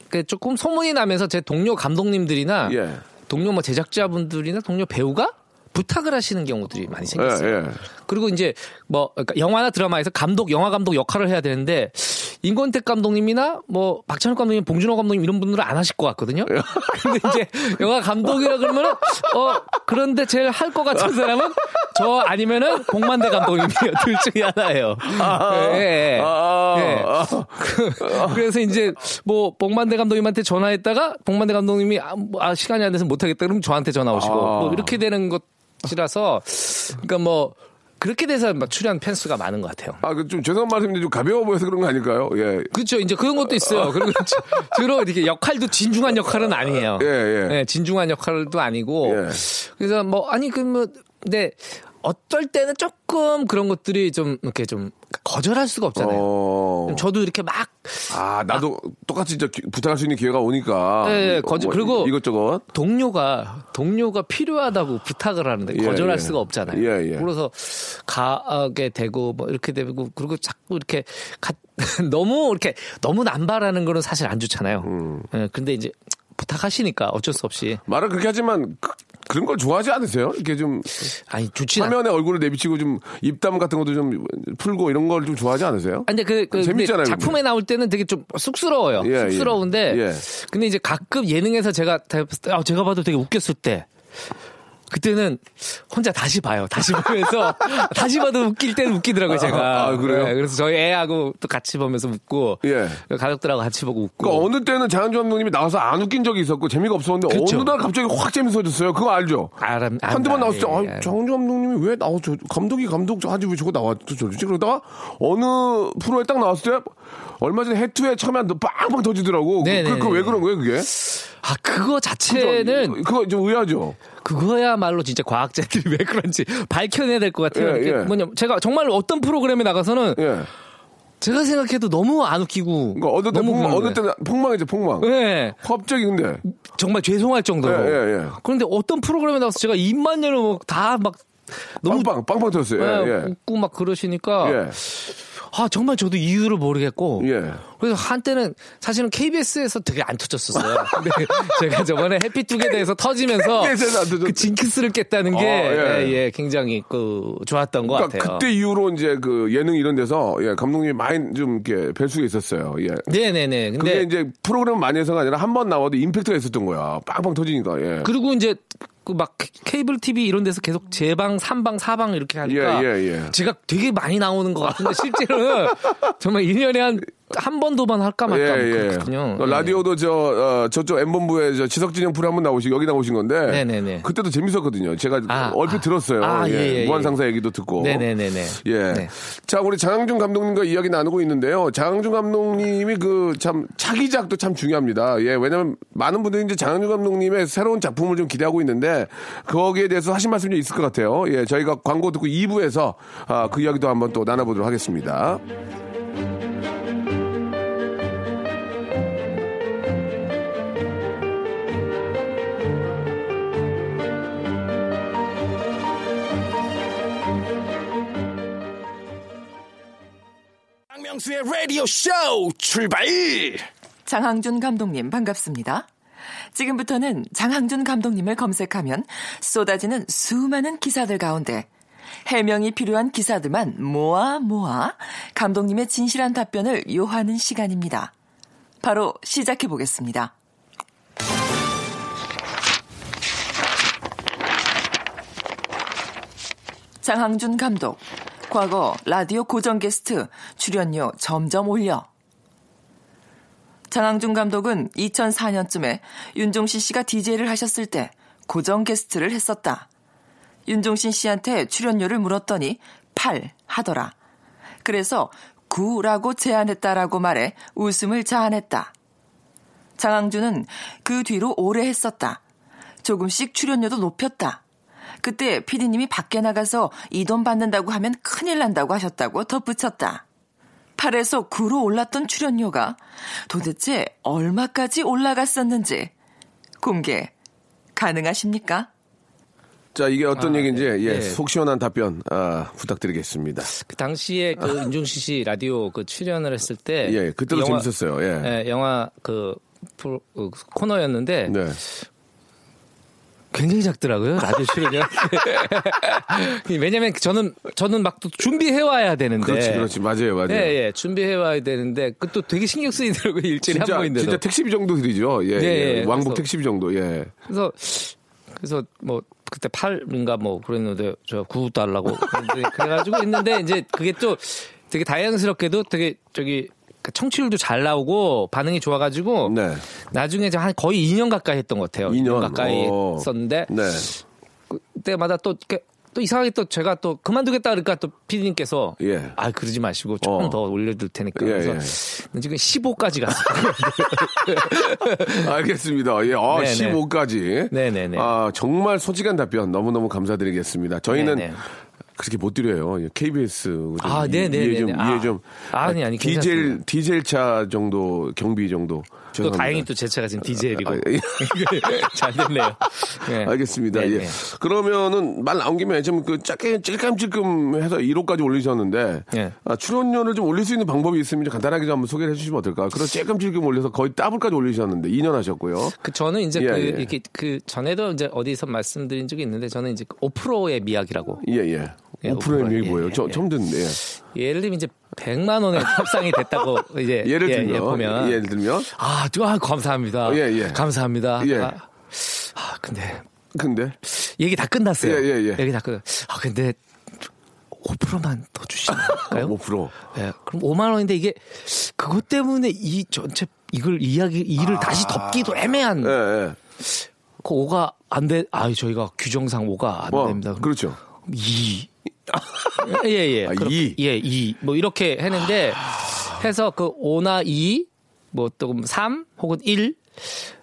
Speaker 4: 그 조금 소문이 나면서 제 동료 감독님들이나
Speaker 2: 예.
Speaker 4: 동료 뭐 제작자분들이나 동료 배우가 부탁을 하시는 경우들이 많이 생겼어요.
Speaker 2: 예, 예.
Speaker 4: 그리고 이제 뭐 그러니까 영화나 드라마에서 감독, 영화 감독 역할을 해야 되는데 임권택 감독님이나 뭐 박찬욱 감독님, 봉준호 감독님 이런 분들은 안 하실 것 같거든요.
Speaker 2: 예.
Speaker 4: 근데 이제 영화 감독이라 그러면은 어 그런데 제일 할 것 같은 사람은 저 아니면은 복만대 감독님이요 둘 중에 하나예요. 예, 예, 예.
Speaker 2: 아,
Speaker 4: 예.
Speaker 2: 아,
Speaker 4: 그- 그래서 이제 뭐 복만대 감독님한테 전화했다가 복만대 감독님이 아, 뭐, 아, 시간이 안 돼서 못 하겠다 그러면 저한테 전화 오시고
Speaker 2: 아.
Speaker 4: 뭐 이렇게 되는 것이라서 그러니까 뭐 그렇게 돼서 막 출연 팬수가 많은 것 같아요.
Speaker 2: 아, 그 좀 죄송한 말씀인데 좀 가벼워 보여서 그런 거 아닐까요? 예.
Speaker 4: 그렇죠. 이제 그런 것도 있어요. 그리고 주- 주로 이렇게 역할도 진중한 역할은 아니에요. 네,
Speaker 2: 예, 예.
Speaker 4: 진중한 역할도 아니고.
Speaker 2: 예.
Speaker 4: 그래서 뭐 아니 그뭐 근데 어떨 때는 조금 그런 것들이 좀 이렇게 좀 거절할 수가 없잖아요.
Speaker 2: 어.
Speaker 4: 저도 이렇게 막
Speaker 2: 아, 나도 똑같이 이제 기- 부탁할 수 있는 기회가 오니까. 뭐,
Speaker 4: 예, 예, 거짓- 그리고-
Speaker 2: 이것저것.
Speaker 4: 동료가 동료가 필요하다고 부탁을 하는데
Speaker 2: 예,
Speaker 4: 거절할
Speaker 2: 예.
Speaker 4: 수가 없잖아요.
Speaker 2: 예, 예.
Speaker 4: 그래서 가게 되고 뭐 이렇게 되고 그리고 자꾸 이렇게 가- 너무 이렇게 너무 남발하는 거는 사실 안 좋잖아요.
Speaker 2: 음.
Speaker 4: 예, 근데 이제 부탁하시니까 어쩔 수 없이
Speaker 2: 말은 그렇게 하지만 그, 런걸 좋아하지 않으세요? 이렇게 좀
Speaker 4: 아니 좋지 않아.
Speaker 2: 화면에 얼굴을 내비치고 좀 입담 같은 것도 좀 풀고 이런 걸 좀 좋아하지 않으세요?
Speaker 4: 근데 그, 그 근데
Speaker 2: 재밌잖아요,
Speaker 4: 작품에 나올 때는 되게 좀 쑥스러워요.
Speaker 2: 예,
Speaker 4: 쑥스러운데
Speaker 2: 예.
Speaker 4: 근데 이제 가끔 예능에서 제가 다- 아, 제가 봐도 되게 웃겼을 때 그때는 혼자 다시 봐요. 다시 보면서 다시 봐도 웃길 때는 웃기더라고요, 제가.
Speaker 2: 아, 그래요?
Speaker 4: 네, 그래서 저희 애하고 또 같이 보면서 웃고
Speaker 2: 예.
Speaker 4: 가족들하고 같이 보고 웃고.
Speaker 2: 그러니까 어느 때는 장한주 감독님이 나와서 안 웃긴 적이 있었고 재미가 없었는데
Speaker 4: 뭐- 그쵸.
Speaker 2: 어느 날 갑자기 확 재밌어졌어요. 그거 알죠?
Speaker 4: 알아- 알아-
Speaker 2: 한두 번 나왔을 때
Speaker 4: 예, 예.
Speaker 2: 아, 장한주 감독님이 왜 나왔죠? 감독이 감독 하지 왜 저거 나왔죠? 그러다가 어느 프로에 딱 나왔을 때 얼마 전에 해투에 처음에 한 빵빵 터지더라고.
Speaker 4: 네, 네,
Speaker 2: 그왜
Speaker 4: 네.
Speaker 2: 그런 거예요, 그게?
Speaker 4: 아, 그거 자체는
Speaker 2: 그거 좀 의아하죠.
Speaker 4: 그거야말로 진짜 과학자들이 왜 그런지 밝혀내야 될 것 같아요.
Speaker 2: 예,
Speaker 4: 이게
Speaker 2: 예.
Speaker 4: 뭐냐면 제가 정말 어떤 프로그램에 나가서는
Speaker 2: 예.
Speaker 4: 제가 생각해도 너무 안 웃기고
Speaker 2: 그러니까 어느 때
Speaker 4: 너무
Speaker 2: 폭망,
Speaker 4: 그런
Speaker 2: 어느
Speaker 4: 거예요.
Speaker 2: 때는 폭망이죠, 폭망.
Speaker 4: 예.
Speaker 2: 갑자기 근데
Speaker 4: 정말 죄송할 정도로.
Speaker 2: 예, 예, 예.
Speaker 4: 그런데 어떤 프로그램에 나와서 제가 입만 열면 다막 너무
Speaker 2: 빵빵 빵빵 터졌어요. 예,
Speaker 4: 예,
Speaker 2: 예.
Speaker 4: 웃고 막 그러시니까
Speaker 2: 예.
Speaker 4: 아 정말 저도 이유를 모르겠고
Speaker 2: 예.
Speaker 4: 그래서 한때는 사실은 KBS에서 되게 안 터졌었어요. 근데 제가 저번에 해피투게더에서 터지면서
Speaker 2: KBS 에서 안 터졌-
Speaker 4: 그 징크스를 깼다는 게
Speaker 2: 아, 예.
Speaker 4: 예, 예, 굉장히 그 좋았던 것
Speaker 2: 그러니까
Speaker 4: 같아요.
Speaker 2: 그때 이후로 이제 그 예능 이런 데서 예, 감독님이 많이 좀 이렇게 뵐 수가 있었어요. 예.
Speaker 4: 네네네.
Speaker 2: 그게
Speaker 4: 근데
Speaker 2: 이제 프로그램 많이 해서가 아니라 한 번 나와도 임팩트가 있었던 거야. 빵빵 터지니까. 예.
Speaker 4: 그리고 이제 그 막 케이블 TV 이런 데서 계속 재방, 삼방, 사방 이렇게 하니까
Speaker 2: 예, 예, 예.
Speaker 4: 제가 되게 많이 나오는 것 같은데 실제로는 정말 1년에 한 한 번, 두 번 할까 말까 뭐 그렇거든요. 예.
Speaker 2: 어, 라디오도 저 어, 저쪽 엠본부에 저 지석진 형프로 한번 나오시고 여기 나오신 건데
Speaker 4: 네네네.
Speaker 2: 그때도 재밌었거든요. 제가
Speaker 4: 아,
Speaker 2: 얼핏
Speaker 4: 아.
Speaker 2: 들었어요.
Speaker 4: 아,
Speaker 2: 예.
Speaker 4: 예, 예, 예.
Speaker 2: 무한상사 얘기도 듣고.
Speaker 4: 네네네네.
Speaker 2: 예.
Speaker 4: 네.
Speaker 2: 자, 우리 장항준 감독님과 이야기 나누고 있는데요. 장항준 감독님이 그 참 차기작도 참 중요합니다. 예, 왜냐면 많은 분들이 이제 장항준 감독님의 새로운 작품을 좀 기대하고 있는데 거기에 대해서 하신 말씀이 있을 것 같아요. 예, 저희가 광고 듣고 2부에서 아, 그 이야기도 한번 또 나눠보도록 하겠습니다.
Speaker 1: 박명수의 라디오 쇼 출발!
Speaker 5: 장항준 감독님 반갑습니다. 지금부터는 장항준 감독님을 검색하면 쏟아지는 수많은 기사들 가운데 해명이 필요한 기사들만 모아 모아 감독님의 진실한 답변을 요하는 시간입니다. 바로 시작해 보겠습니다. 장항준 감독, 과거 라디오 고정 게스트 출연료 점점 올려. 장항준 감독은 2004년쯤에 윤종신 씨가 DJ를 하셨을 때 고정 게스트를 했었다. 윤종신 씨한테 출연료를 물었더니 8 하더라. 그래서 9라고 제안했다라고 말해 웃음을 자아냈다. 장항준은 그 뒤로 오래 했었다. 조금씩 출연료도 높였다. 그때 피디님이 밖에 나가서 이 돈 받는다고 하면 큰일 난다고 하셨다고 덧붙였다. 8에서 9로 올랐던 출연료가 도대체 얼마까지 올라갔었는지 공개 가능하십니까?
Speaker 2: 자, 이게 어떤
Speaker 4: 아,
Speaker 2: 얘기인지
Speaker 4: 네.
Speaker 2: 예,
Speaker 4: 네.
Speaker 2: 속 시원한 답변 아, 부탁드리겠습니다.
Speaker 4: 그 당시에 그 윤종신 씨 라디오 그 출연을 했을 때.
Speaker 2: 예, 그때도 재밌었어요. 예.
Speaker 4: 예, 영화 그 프로- 어, 코너였는데
Speaker 2: 네.
Speaker 4: 굉장히 작더라고요 라디오 출연이 왜냐면 저는 저는 막 또 준비해 와야 되는데
Speaker 2: 그렇지, 그렇지. 맞아요, 맞아요.
Speaker 4: 네. 예, 예. 준비해 와야 되는데 그 또 되게 신경 쓰이더라고요 일주일에
Speaker 2: 진짜,
Speaker 4: 한 번인데도
Speaker 2: 진짜 택시비 정도 들이죠. 예,
Speaker 4: 예,
Speaker 2: 예.
Speaker 4: 예.
Speaker 2: 왕복
Speaker 4: 그래서-
Speaker 2: 택시비 정도. 예.
Speaker 4: 그래서 그래서 뭐 그때 팔인가 뭐 그랬는데 저 구우 달라고 그랬는데 그래가지고 했는데 이제 그게 또 되게 다양스럽게도 되게 저기 그 청취율도 잘 나오고 반응이 좋아가지고
Speaker 2: 네.
Speaker 4: 나중에 이제 한 거의 2년 가까이 했던 것 같아요.
Speaker 2: 2년.
Speaker 4: 가까이
Speaker 2: 어.
Speaker 4: 했었는데
Speaker 2: 네.
Speaker 4: 그때마다 또 이렇게 또 이상하게 또 제가 또 그만두겠다 그러니까 또 피디님께서
Speaker 2: 예.
Speaker 4: 아 그러지 마시고 조금
Speaker 2: 어.
Speaker 4: 더 올려둘 테니까
Speaker 2: 예,
Speaker 4: 그래서 지금 15까지 갔어요.
Speaker 2: 알겠습니다. 예, 아,
Speaker 4: 네네.
Speaker 2: 15까지.
Speaker 4: 네네네.
Speaker 2: 아, 정말 솔직한 답변 너무너무 감사드리겠습니다. 저희는
Speaker 4: 네네.
Speaker 2: 그렇게 못 드려요. 예, KBS. 좀
Speaker 4: 아,
Speaker 2: 이-
Speaker 4: 네네네네.
Speaker 2: 이해 좀, 이해
Speaker 4: 아.
Speaker 2: 좀.
Speaker 4: 아니, 아니,
Speaker 2: 디젤,
Speaker 4: 괜찮습니다.
Speaker 2: 디젤 차 정도, 경비 정도.
Speaker 4: 또
Speaker 2: 죄송합니다.
Speaker 4: 다행히 또 제 차가 지금 DJ이고
Speaker 2: 아, 예.
Speaker 4: 잘 됐네요. 네.
Speaker 2: 알겠습니다.
Speaker 4: 네,
Speaker 2: 예.
Speaker 4: 네.
Speaker 2: 그러면은 말 나온 김에 좀그 짧게 찔끔찔끔해서 1호까지 올리셨는데
Speaker 4: 예.
Speaker 2: 아, 출연료를 좀 올릴 수 있는 방법이 있으면 좀 간단하게 좀 한번 소개를 해주시면 어떨까? 그런 찔끔찔끔 올려서 거의 더블까지 올리셨는데 2년 하셨고요.
Speaker 4: 그 저는 이제
Speaker 2: 예,
Speaker 4: 그
Speaker 2: 예.
Speaker 4: 이렇게 그 전에도 이제 어디서 말씀드린 적이 있는데 저는 이제 그 5%의 미학이라고
Speaker 2: 예, 예.
Speaker 4: 예,
Speaker 2: 5%의
Speaker 4: 예,
Speaker 2: 미이 뭐예요?
Speaker 4: 예,
Speaker 2: 저,
Speaker 4: 예.
Speaker 2: 처음 듣는데. 예.
Speaker 4: 예를 들면 이제 100만 원의 협상이 됐다고 이제
Speaker 2: 예를
Speaker 4: 예,
Speaker 2: 들면.
Speaker 4: 예, 보면
Speaker 2: 예를 들면.
Speaker 4: 아, 저, 아 감사합니다.
Speaker 2: 예, 예.
Speaker 4: 감사합니다.
Speaker 2: 예.
Speaker 4: 아, 아, 근데
Speaker 2: 근데.
Speaker 4: 얘기 다 끝났어요.
Speaker 2: 예, 예, 예.
Speaker 4: 얘기 다 끝. 아 근데 5%만 더 주시나요?
Speaker 2: 5%.
Speaker 4: 예, 그럼 5만 원인데 이게 그것 때문에 이 전체 이걸 이야기 일을 다시 덮기도 애매한
Speaker 2: 예, 예.
Speaker 4: 그 5가 안 돼. 아, 저희가 규정상 5가 안
Speaker 2: 어,
Speaker 4: 됩니다. 그럼
Speaker 2: 그렇죠.
Speaker 4: 2. 예, 예.
Speaker 2: 아,
Speaker 4: 그럼-
Speaker 2: 이.
Speaker 4: 예, 2. 뭐 이렇게 했는데 해서 그 5나 2, 뭐또3 혹은 1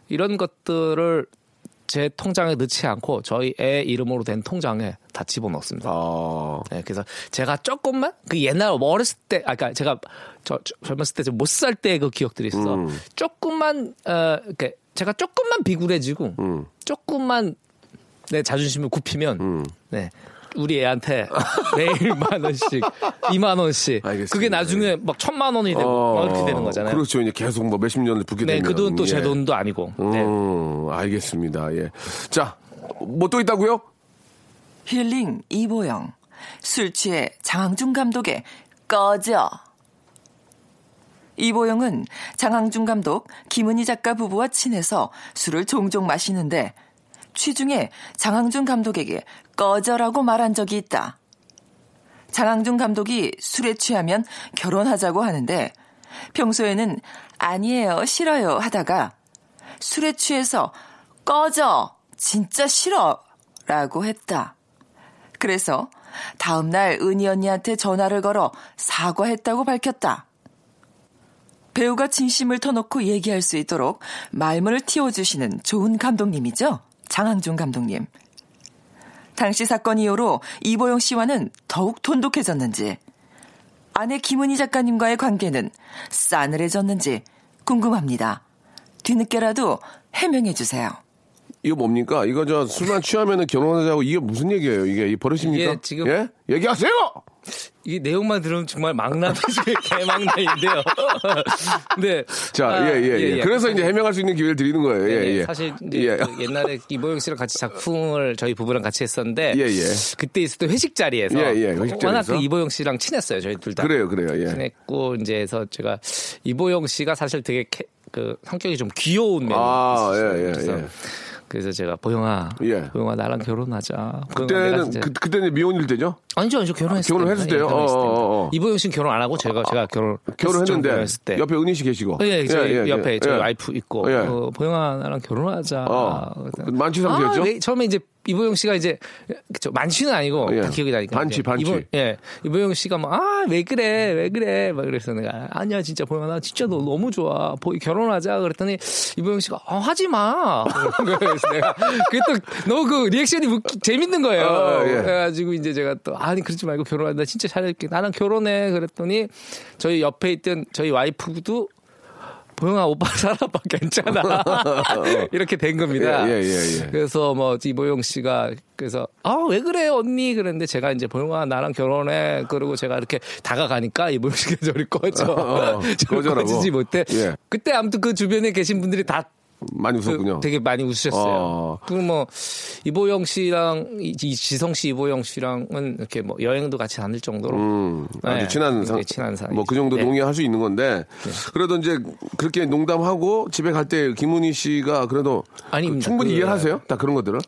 Speaker 4: 이런 것들을 제 통장에 넣지 않고 저희 애 이름으로 된 통장에 다 집어넣습니다.
Speaker 2: 아.
Speaker 4: 네, 그래서 제가 조금만 그 옛날 뭐 어렸을 때, 아까 그러니까 제가 저, 저- 젊었을 때 못 살 때 그 기억들이 있어.
Speaker 2: 음.
Speaker 4: 조금만 어, 이렇게 제가 조금만 비굴해지고,
Speaker 2: 음.
Speaker 4: 조금만 내 자존심을 굽히면, 네. 우리 애한테 매일 만 원씩, 이만 원씩.
Speaker 2: 알겠습니다.
Speaker 4: 그게 나중에 막 천만 원이 되고 막 이렇게 네, 되는 거잖아요.
Speaker 2: 어. 그렇죠. 이제 계속 뭐 몇십 년을 붙게
Speaker 4: 네,
Speaker 2: 되면.
Speaker 4: 그 돈 또 제
Speaker 2: 예.
Speaker 4: 돈도 아니고. 네.
Speaker 2: 음, 알겠습니다. 예. 자, 뭐 또 있다고요?
Speaker 5: 힐링 이보영 술 취해 장항준 감독의 꺼져 이보영은 장항준 감독 김은희 작가 부부와 친해서 술을 종종 마시는데 취중에 장항준 감독에게 꺼져라고 말한 적이 있다. 장항준 감독이 술에 취하면 결혼하자고 하는데 평소에는 아니에요, 싫어요 하다가 술에 취해서 꺼져! 진짜 싫어! 라고 했다. 그래서 다음날 은희 언니한테 전화를 걸어 사과했다고 밝혔다. 배우가 진심을 터놓고 얘기할 수 있도록 말문을 틔워주시는 좋은 감독님이죠. 장항준 감독님. 당시 사건 이후로 이보영 씨와는 더욱 돈독해졌는지, 아내 김은희 작가님과의 관계는 싸늘해졌는지 궁금합니다. 뒤늦게라도 해명해주세요.
Speaker 2: 이거 뭡니까? 이거 저 술만 취하면은 결혼하자고 이게 무슨 얘기예요? 이게 이 버릇입니까?
Speaker 4: 이게 지금-
Speaker 2: 예? 얘기하세요.
Speaker 4: 이 내용만 들으면 정말 망나니 중에 개망나인데요. 네.
Speaker 2: 자,
Speaker 4: 아,
Speaker 2: 예, 예, 예. 그래서 이제 해명할 수 있는 기회를 드리는 거예요. 예,
Speaker 4: 네,
Speaker 2: 예.
Speaker 4: 사실 이제
Speaker 2: 예.
Speaker 4: 그 옛날에 이보영 씨랑 같이 작품을 저희 부부랑 같이 했었는데
Speaker 2: 예, 예.
Speaker 4: 그때 있을 때 회식 자리에서
Speaker 2: 예, 예, 회식
Speaker 4: 워낙
Speaker 2: 자리에서.
Speaker 4: 그 이보영 씨랑 친했어요 저희 둘 다.
Speaker 2: 그래요, 그래요. 예.
Speaker 4: 친했고 이제 해서 제가 이보영 씨가 사실 되게 캐- 그 성격이 좀 귀여운 면이
Speaker 2: 아,
Speaker 4: 있었어요.
Speaker 2: 예, 예,
Speaker 4: 그래서
Speaker 2: 예.
Speaker 4: 그래서 제가 보영아,
Speaker 2: 예.
Speaker 4: 보영아 나랑 결혼하자. 보영아, 내가
Speaker 2: 그때는
Speaker 4: 진짜-
Speaker 2: 그, 그때는 미혼일 때죠?
Speaker 4: 아니죠, 아니죠. 결혼했을
Speaker 2: 결혼을
Speaker 4: 때입니다.
Speaker 2: 했을 때요?
Speaker 4: 예, 결혼했을
Speaker 2: 어, 어,
Speaker 4: 때입니다.
Speaker 2: 어, 어.
Speaker 4: 이보영 씨는 결혼 안 하고 제가 제가 결혼
Speaker 2: 결혼했는데
Speaker 4: 했을 때.
Speaker 2: 옆에 은희 씨 계시고.
Speaker 4: 예, 저희
Speaker 2: 예, 예,
Speaker 4: 옆에
Speaker 2: 예.
Speaker 4: 저희
Speaker 2: 예.
Speaker 4: 와이프 있고
Speaker 2: 예.
Speaker 4: 어, 보영아 나랑 결혼하자.
Speaker 2: 어.
Speaker 4: 그래서
Speaker 2: 만취 상태였죠?
Speaker 4: 아, 왜? 처음에 이제 이보영 씨가 이제 그쵸, 만취는 아니고
Speaker 2: 예.
Speaker 4: 다 기억이 나니까
Speaker 2: 반취,
Speaker 4: 이제
Speaker 2: 반취.
Speaker 4: 이보, 예 이보영 씨가 막아왜 그래 왜 그래 막 그래서 내가 아니야 진짜 보영아 나 진짜 너 너무 좋아 보, 결혼하자 그랬더니 이보영 씨가 어, 하지 마 그래서 내가 그게 또 너무 그 리액션이 웃기- 재밌는 거예요
Speaker 2: 아, 예.
Speaker 4: 그래가지고 이제 제가 또 아니 그러지 말고 결혼한다 진짜 잘할게 나랑 결혼해 그랬더니 저희 옆에 있던 저희 와이프도 보영아 오빠 살아봐 괜찮아 이렇게 된 겁니다.
Speaker 2: 예, 예, 예, 예.
Speaker 4: 그래서 뭐 이보영 씨가 그래서 아 왜 그래 언니 그랬는데 제가 이제 보영아 나랑 결혼해 그러고 제가 이렇게 다가가니까 이보영 씨가 저를 꺼져
Speaker 2: 어,
Speaker 4: 저를
Speaker 2: 꺼져라고.
Speaker 4: 꺼지지 못해
Speaker 2: 예.
Speaker 4: 그때 아무튼 그 주변에 계신 분들이 다
Speaker 2: 많이
Speaker 4: 그
Speaker 2: 웃었군요.
Speaker 4: 되게 많이 웃으셨어요.
Speaker 2: 어.
Speaker 4: 그리고 뭐 이보영 씨랑 이- 이 지성 씨, 이보영 씨랑은 이렇게 뭐 여행도 같이 다닐 정도로
Speaker 2: 음, 아주
Speaker 4: 네,
Speaker 2: 친한 상,
Speaker 4: 굉장히 친한 예. 사이.
Speaker 2: 뭐그 정도
Speaker 4: 네.
Speaker 2: 동의할 수 있는 건데 그래도 이제 그렇게 농담하고 집에 갈 때 김은희 씨가 그래도
Speaker 4: 아닙니다.
Speaker 2: 충분히
Speaker 4: 그-
Speaker 2: 이해하세요? 다 그런 것들은?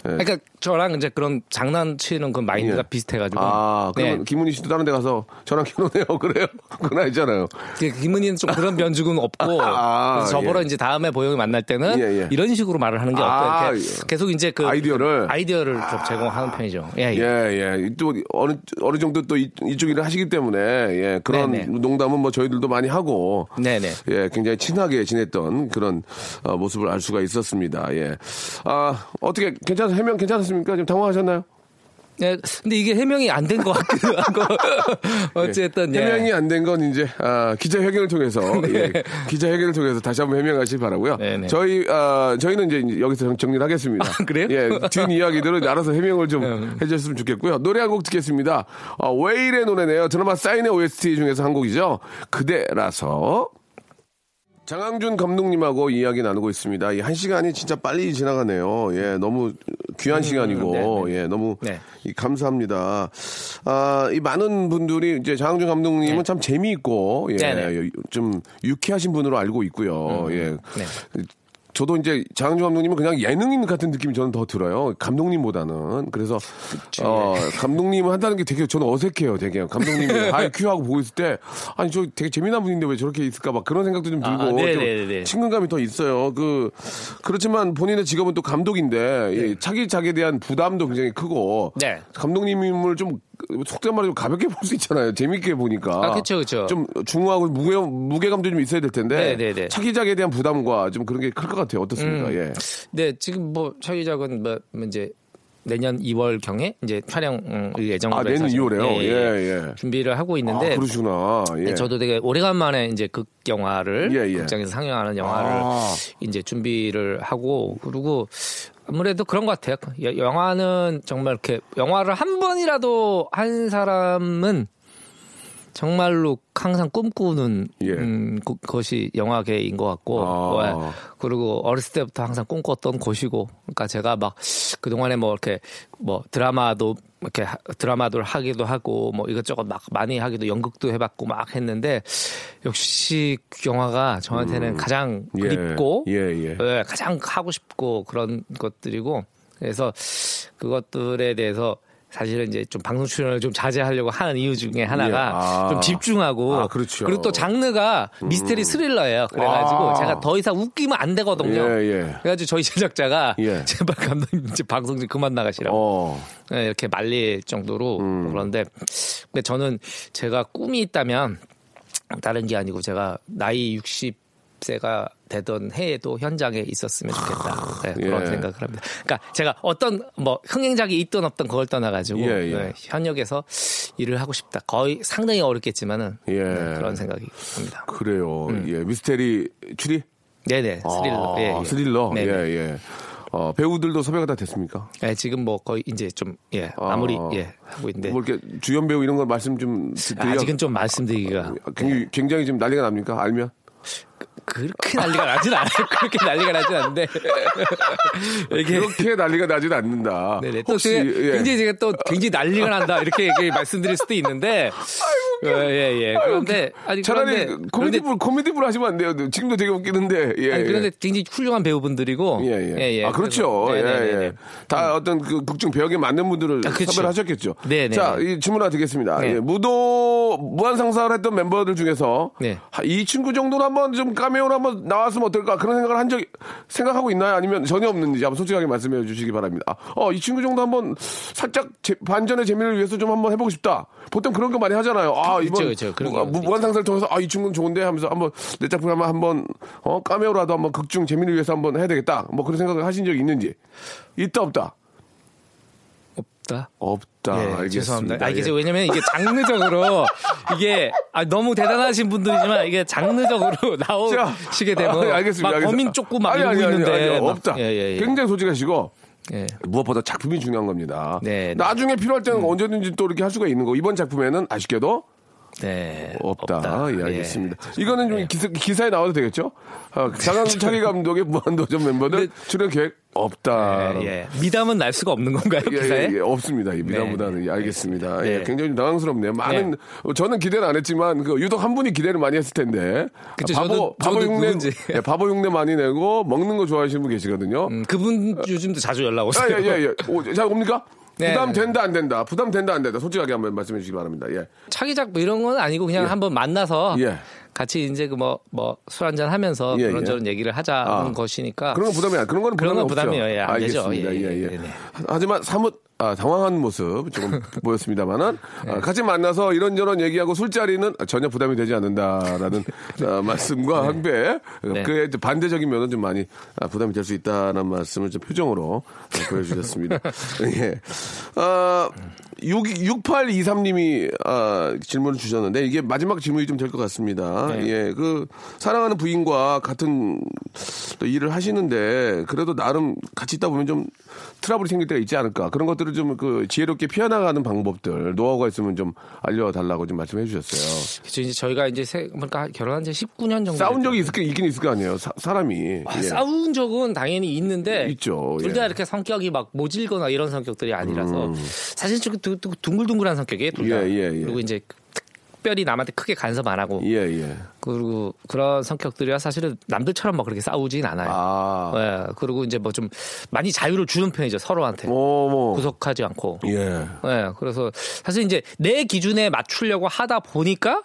Speaker 4: 그러니까 저랑 이제 그런 장난치는 그 마인드가
Speaker 2: 네. 예.
Speaker 4: 비슷해가지고.
Speaker 2: 아, 그러면
Speaker 4: 네.
Speaker 2: 김은희 씨도 다른 데 가서 저랑 결혼해요. 그래요? 그건 아니잖아요.
Speaker 4: 그 김은희는 좀 그런 변죽은 없고
Speaker 2: 아,
Speaker 4: 그래서 저보러
Speaker 2: 예.
Speaker 4: 이제 다음에 보영이 만날 때는
Speaker 2: 예, 예.
Speaker 4: 이런 식으로 말을 하는 게
Speaker 2: 아,
Speaker 4: 어때요? 이렇게
Speaker 2: 예.
Speaker 4: 계속 이제 그
Speaker 2: 아이디어를.
Speaker 4: 아이디어를 좀 제공하는 편이죠. 예,
Speaker 2: 예,
Speaker 4: 예.
Speaker 2: 예. 또 어느 어느 정도 또 이, 쪽 일을 하시기 때문에 예, 그런
Speaker 4: 네, 네.
Speaker 2: 농담은 뭐 저희들도 많이 하고
Speaker 4: 네, 네.
Speaker 2: 예, 굉장히 친하게 지냈던 그런 어, 모습을 알 수가 있었습니다. 예. 아, 어떻게 괜찮 해명 괜찮았습니까? 지금 당황하셨나요?
Speaker 4: 예, 근데 이게 해명이 안 된 것 같기도 하고 어쨌든 예.
Speaker 2: 해명이 안 된 건 이제 아, 기자회견을 통해서 예, 기자회견을 통해서 다시 한번 해명하시기 바라고요.
Speaker 4: 네, 네.
Speaker 2: 저희 아, 저희는 이제 여기서 정- 정리를 하겠습니다.
Speaker 4: 그래요? 네.
Speaker 2: 예, 뒷 이야기들은 알아서 해명을 좀 해주셨으면 좋겠고요. 노래 한 곡 듣겠습니다. 어, 웨일의 노래네요. 드라마 사인의 OST 중에서 한 곡이죠. 그대라서. 장항준 감독님하고 이야기 나누고 있습니다. 이 한 시간이 진짜 빨리 지나가네요. 예, 너무 귀한 시간이고, 예, 너무
Speaker 4: 음, 네.
Speaker 2: 이 감사합니다. 아, 이 많은 분들이 이제 장항준 감독님은 참 재미있고, 예,
Speaker 4: 네, 음, 네.
Speaker 2: 좀 유쾌하신 분으로 알고 있고요. 예. 저도 이제 장항준 감독님은 그냥 예능인 같은 느낌이 저는 더 들어요. 감독님보다는. 그래서 어, 감독님은 한다는 게 되게 저는 어색해요. 되게 감독님이 IQ하고 보고 있을 때 아니 저 되게 재미난 분인데 왜 저렇게 있을까 막 그런 생각도 좀
Speaker 4: 아,
Speaker 2: 들고
Speaker 4: 네,
Speaker 2: 좀
Speaker 4: 네, 네.
Speaker 2: 친근감이 더 있어요. 그 그렇지만 본인의 직업은 또 감독인데 이 자기 자기에 대한 부담도 굉장히 크고
Speaker 4: 네.
Speaker 2: 감독님을 좀 속된 말로 좀 가볍게 볼 수 있잖아요. 재밌게 보니까.
Speaker 4: 아, 그쵸, 그쵸.
Speaker 2: 좀 중후하고 무게 무게감도 좀 있어야 될 텐데
Speaker 4: 네, 네, 네.
Speaker 2: 자기 자기에 대한 부담과 좀 그런 게 클 것 같아요. 어떻습니까? 예.
Speaker 4: 네, 지금 뭐 차기작은 뭐 이제 내년 2월 경에 이제 촬영 음, 예정으로
Speaker 2: 아, 내년
Speaker 4: 해서 지금
Speaker 2: 2월에요? 예, 예.
Speaker 4: 준비를 하고
Speaker 2: 아,
Speaker 4: 있는데
Speaker 2: 그러시구나. 예.
Speaker 4: 네. 저도 되게 오래간만에 이제 극 영화를
Speaker 2: 예, 예.
Speaker 4: 극장에서 상영하는 영화를
Speaker 2: 아.
Speaker 4: 이제 준비를 하고 그리고 아무래도 그런 것 같아요. 여- 영화는 정말 이렇게 영화를 한 번이라도 한 사람은 정말로 항상 꿈꾸는
Speaker 2: 예.
Speaker 4: 음, 그- 것이 영화계인 것 같고
Speaker 2: 아.
Speaker 4: 뭐, 그리고 어렸을 때부터 항상 꿈꿨던 곳이고 그러니까 제가 막 그 동안에 뭐 이렇게 뭐 드라마도 이렇게 하- 드라마도 하기도 하고 뭐 이것저것 막 많이 하기도 연극도 해봤고 막 했는데 역시 영화가 저한테는 가장
Speaker 2: 예.
Speaker 4: 그립고
Speaker 2: 예, 예.
Speaker 4: 예, 가장 하고 싶고 그런 것들이고 그래서 그것들에 대해서 사실은 이제 좀 방송 출연을 좀 자제하려고 하는 이유 중에 하나가
Speaker 2: 예, 아.
Speaker 4: 좀 집중하고
Speaker 2: 아, 그렇죠. 음.
Speaker 4: 리고또 장르가 미스테리 스릴러예요. 그래가지고
Speaker 2: 아.
Speaker 4: 제가 더 이상 웃기면 안 되거든요.
Speaker 2: 예, 예.
Speaker 4: 그래가지고 저희 제작자가
Speaker 2: 예.
Speaker 4: 제발 감독님 이제 방송 좀 그만 나가시라고
Speaker 2: 어.
Speaker 4: 예, 이렇게 말릴 정도로
Speaker 2: 음.
Speaker 4: 그런데 근데 저는 제가 꿈이 있다면 다른 게 아니고 제가 나이 60세가 되던 해에도 현장에 있었으면 좋겠다 네, 그런
Speaker 2: 예.
Speaker 4: 생각을 합니다. 그러니까 제가 어떤 뭐 흥행작이 있든 없든 그걸 떠나가지고
Speaker 2: 예, 예.
Speaker 4: 네, 현역에서 일을 하고 싶다. 거의 상당히 어렵겠지만은
Speaker 2: 예.
Speaker 4: 네, 그런 생각이 듭니다.
Speaker 2: 그래요. 예, 미스테리 추리?
Speaker 4: 음. 네네 스릴러.
Speaker 2: 아,
Speaker 4: 예, 예.
Speaker 2: 스릴러.
Speaker 4: 네네.
Speaker 2: 예, 예. 어, 배우들도 섭외가 다 됐습니까?
Speaker 4: 예, 지금 뭐 거의 이제 좀예
Speaker 2: 아.
Speaker 4: 마무리 예 하고 있는데
Speaker 2: 뭐 이렇게 주연 배우 이런 거 말씀 좀 드- 드려.
Speaker 4: 아직은 좀 네. 말씀드리기가
Speaker 2: 굉장히, 굉장히 지금 난리가 납니까? 알면?
Speaker 4: 그렇게 난리가 나진 않아요. 그렇게 난리가 나진 않는데. 이게.
Speaker 2: 그렇게 난리가 나진 않는다.
Speaker 4: 예, 네네. 또
Speaker 2: 혹시
Speaker 4: 되게
Speaker 2: 예.
Speaker 4: 굉장히 제가 또 굉장히 난리가 난다. 이렇게, 이렇게 말씀드릴 수도 있는데. 예, 예, 예. 그런데. 아니,
Speaker 2: 차라리
Speaker 4: 그런데. 그런데,
Speaker 2: 코미디불 코미디불 하시면 안 돼요. 지금도 되게 웃기는데. 예.
Speaker 4: 아니,
Speaker 2: 예.
Speaker 4: 그런데 굉장히 훌륭한 배우분들이고.
Speaker 2: 예, 예. 아, 그렇죠.
Speaker 4: 그래서- 네,
Speaker 2: 예,
Speaker 4: 네, 네,
Speaker 2: 예.
Speaker 4: 네.
Speaker 2: 다 어떤 그 국정 배역에 맞는 분들을
Speaker 4: 아, 그렇죠.
Speaker 2: 섭외를 하셨겠죠.
Speaker 4: 네, 네,
Speaker 2: 자,
Speaker 4: 네.
Speaker 2: 이 질문 하나 드리겠습니다.
Speaker 4: 네.
Speaker 2: 예, 무도, 무한상사를 했던 멤버들 중에서
Speaker 4: 네.
Speaker 2: 하- 이 친구 정도는 한번 좀 까메오로 한번 나왔으면 어떨까 그런 생각을 한 적이, 생각하고 있나요? 아니면 전혀 없는지 한번 솔직하게 말씀해 주시기 바랍니다. 아, 어, 이 친구 정도 한번 살짝 제- 반전의 재미를 위해서 좀 한번 해보고 싶다. 보통 그런 거 많이 하잖아요. 아,
Speaker 4: 있죠,
Speaker 2: 이번
Speaker 4: 있죠. 그런
Speaker 2: 무- 아,
Speaker 4: 경우도
Speaker 2: 무- 무한상사를 통해서 아, 이 친구는 좋은데 하면서 한번 내 작품 한번 한번 어, 까메오라도 한번 극중 재미를 위해서 한번 해야 되겠다. 뭐 그런 생각을 하신 적이 있는지. 있다 없다.
Speaker 4: 없다.
Speaker 2: 없다.
Speaker 4: 예,
Speaker 2: 알겠습니다.
Speaker 4: 죄송합니다. 아, 이게
Speaker 2: 예.
Speaker 4: 저 왜냐면 이게 장르적으로 이게 아, 너무 대단하신 분들이지만 이게 장르적으로
Speaker 2: 자,
Speaker 4: 나오시게 되면
Speaker 2: 아, 알겠습니다.
Speaker 4: 막
Speaker 2: 알겠습니다.
Speaker 4: 범인 쫓고 막
Speaker 2: 아니,
Speaker 4: 이러고
Speaker 2: 아니, 아니,
Speaker 4: 있는데
Speaker 2: 아니요.
Speaker 4: 막-
Speaker 2: 없다.
Speaker 4: 예, 예, 예.
Speaker 2: 굉장히 솔직하시고
Speaker 4: 예.
Speaker 2: 무엇보다 작품이 중요한 겁니다.
Speaker 4: 네, 네.
Speaker 2: 나중에 필요할 때는 언제든지 또 이렇게 할 수가 있는 거. 이번 작품에는 아쉽게도
Speaker 4: 네.
Speaker 2: 없다. 예, 알겠습니다. 이거는 좀
Speaker 4: 예.
Speaker 2: 기사, 기사에 나와도 되겠죠? 아, 장항준 차기 감독의 무한도전 멤버들 출연 계획 없다.
Speaker 4: 예, 예. 미담은 날 수가 없는 건가요,
Speaker 2: 예,
Speaker 4: 기사에?
Speaker 2: 예, 예, 없습니다. 이 미담보다는
Speaker 4: 네,
Speaker 2: 예, 알겠습니다.
Speaker 4: 네.
Speaker 2: 예, 굉장히 좀 당황스럽네요. 많은 어, 저는 기대는 안 했지만 그 유독 한 분이 기대를 많이 했을 텐데.
Speaker 4: 그쵸,
Speaker 2: 바보
Speaker 4: 저도-
Speaker 2: 바보
Speaker 4: 저도
Speaker 2: 흉내
Speaker 4: 누군지.
Speaker 2: 예, 바보 흉내 많이 내고 먹는 거 좋아하시는 분 계시거든요.
Speaker 4: 음, 그분 요즘도 자주 연락
Speaker 2: 아,
Speaker 4: 오세요.
Speaker 2: 예, 예, 예. 오, 자, 옵니까?
Speaker 4: 네,
Speaker 2: 부담
Speaker 4: 네.
Speaker 2: 된다 안 된다. 부담 된다 안 된다. 솔직하게 한번 말씀해 주시기 바랍니다. 예.
Speaker 4: 차기작 뭐 이런 건 아니고 그냥 한번 만나서
Speaker 2: 예.
Speaker 4: 같이 이제 그 뭐 뭐 술 한잔 하면서
Speaker 2: 예,
Speaker 4: 그런저런
Speaker 2: 예.
Speaker 4: 얘기를 하자는
Speaker 2: 아.
Speaker 4: 것이니까
Speaker 2: 그런 건 부담이 안. 그런 거는 부담이
Speaker 4: 그런 건
Speaker 2: 없죠.
Speaker 4: 부담이에요. 예, 안
Speaker 2: 알겠습니다.
Speaker 4: 되죠. 예,
Speaker 2: 예, 예.
Speaker 4: 예, 네, 네.
Speaker 2: 하지만 사뭇 아, 당황한 모습 조금 보였습니다만은
Speaker 4: 네.
Speaker 2: 아, 같이 만나서 이런저런 얘기하고 술자리는 전혀 부담이 되지 않는다라는 아, 말씀과 한배
Speaker 4: 네.
Speaker 2: 그에 이제 반대적인 면은 좀 많이 아, 부담이 될 수 있다는 말씀을 좀 표정으로 아, 보여주셨습니다. 예. 아, 6, 6823님이 아, 질문을 주셨는데 이게 마지막 질문이 좀 될 것 같습니다.
Speaker 4: 네.
Speaker 2: 예, 그 사랑하는 부인과 같은 또 일을 하시는데 그래도 나름 같이 있다 보면 좀 트러블이 생길 때가 있지 않을까 그런 것들을 좀 그 지혜롭게 피해나가는 방법들 노하우가 있으면 좀 알려달라고 좀 말씀해 주셨어요.
Speaker 4: 그쵸, 이제 저희가 이제 세, 그러니까 결혼한 지 19년 정도
Speaker 2: 싸운 적이
Speaker 4: 됐죠.
Speaker 2: 있을 게 있긴 있을 거 아니에요. 사, 람이
Speaker 4: 네, 아, 싸운 적은 당연히 있는데
Speaker 2: 예. 있죠,
Speaker 4: 둘 다
Speaker 2: 예. 음.
Speaker 4: 이렇게 성격이 막 모질거나 이런 성격들이 아니라서 사실 좀 두- 두- 둥글둥글한 성격이에요. 둘 다.
Speaker 2: 예, 예, 예.
Speaker 4: 그리고 이제 특별히 남한테 크게 간섭 안 하고
Speaker 2: 예, 예.
Speaker 4: 그리고 그런 성격들이라 사실은 남들처럼 막 그렇게 싸우진 않아요.
Speaker 2: 아.
Speaker 4: 예, 그리고 이제 뭐 좀 많이 자유를 주는 편이죠 서로한테
Speaker 2: 어머.
Speaker 4: 구속하지 않고. 예.
Speaker 2: 예.
Speaker 4: 그래서 사실 이제 내 기준에 맞추려고 하다 보니까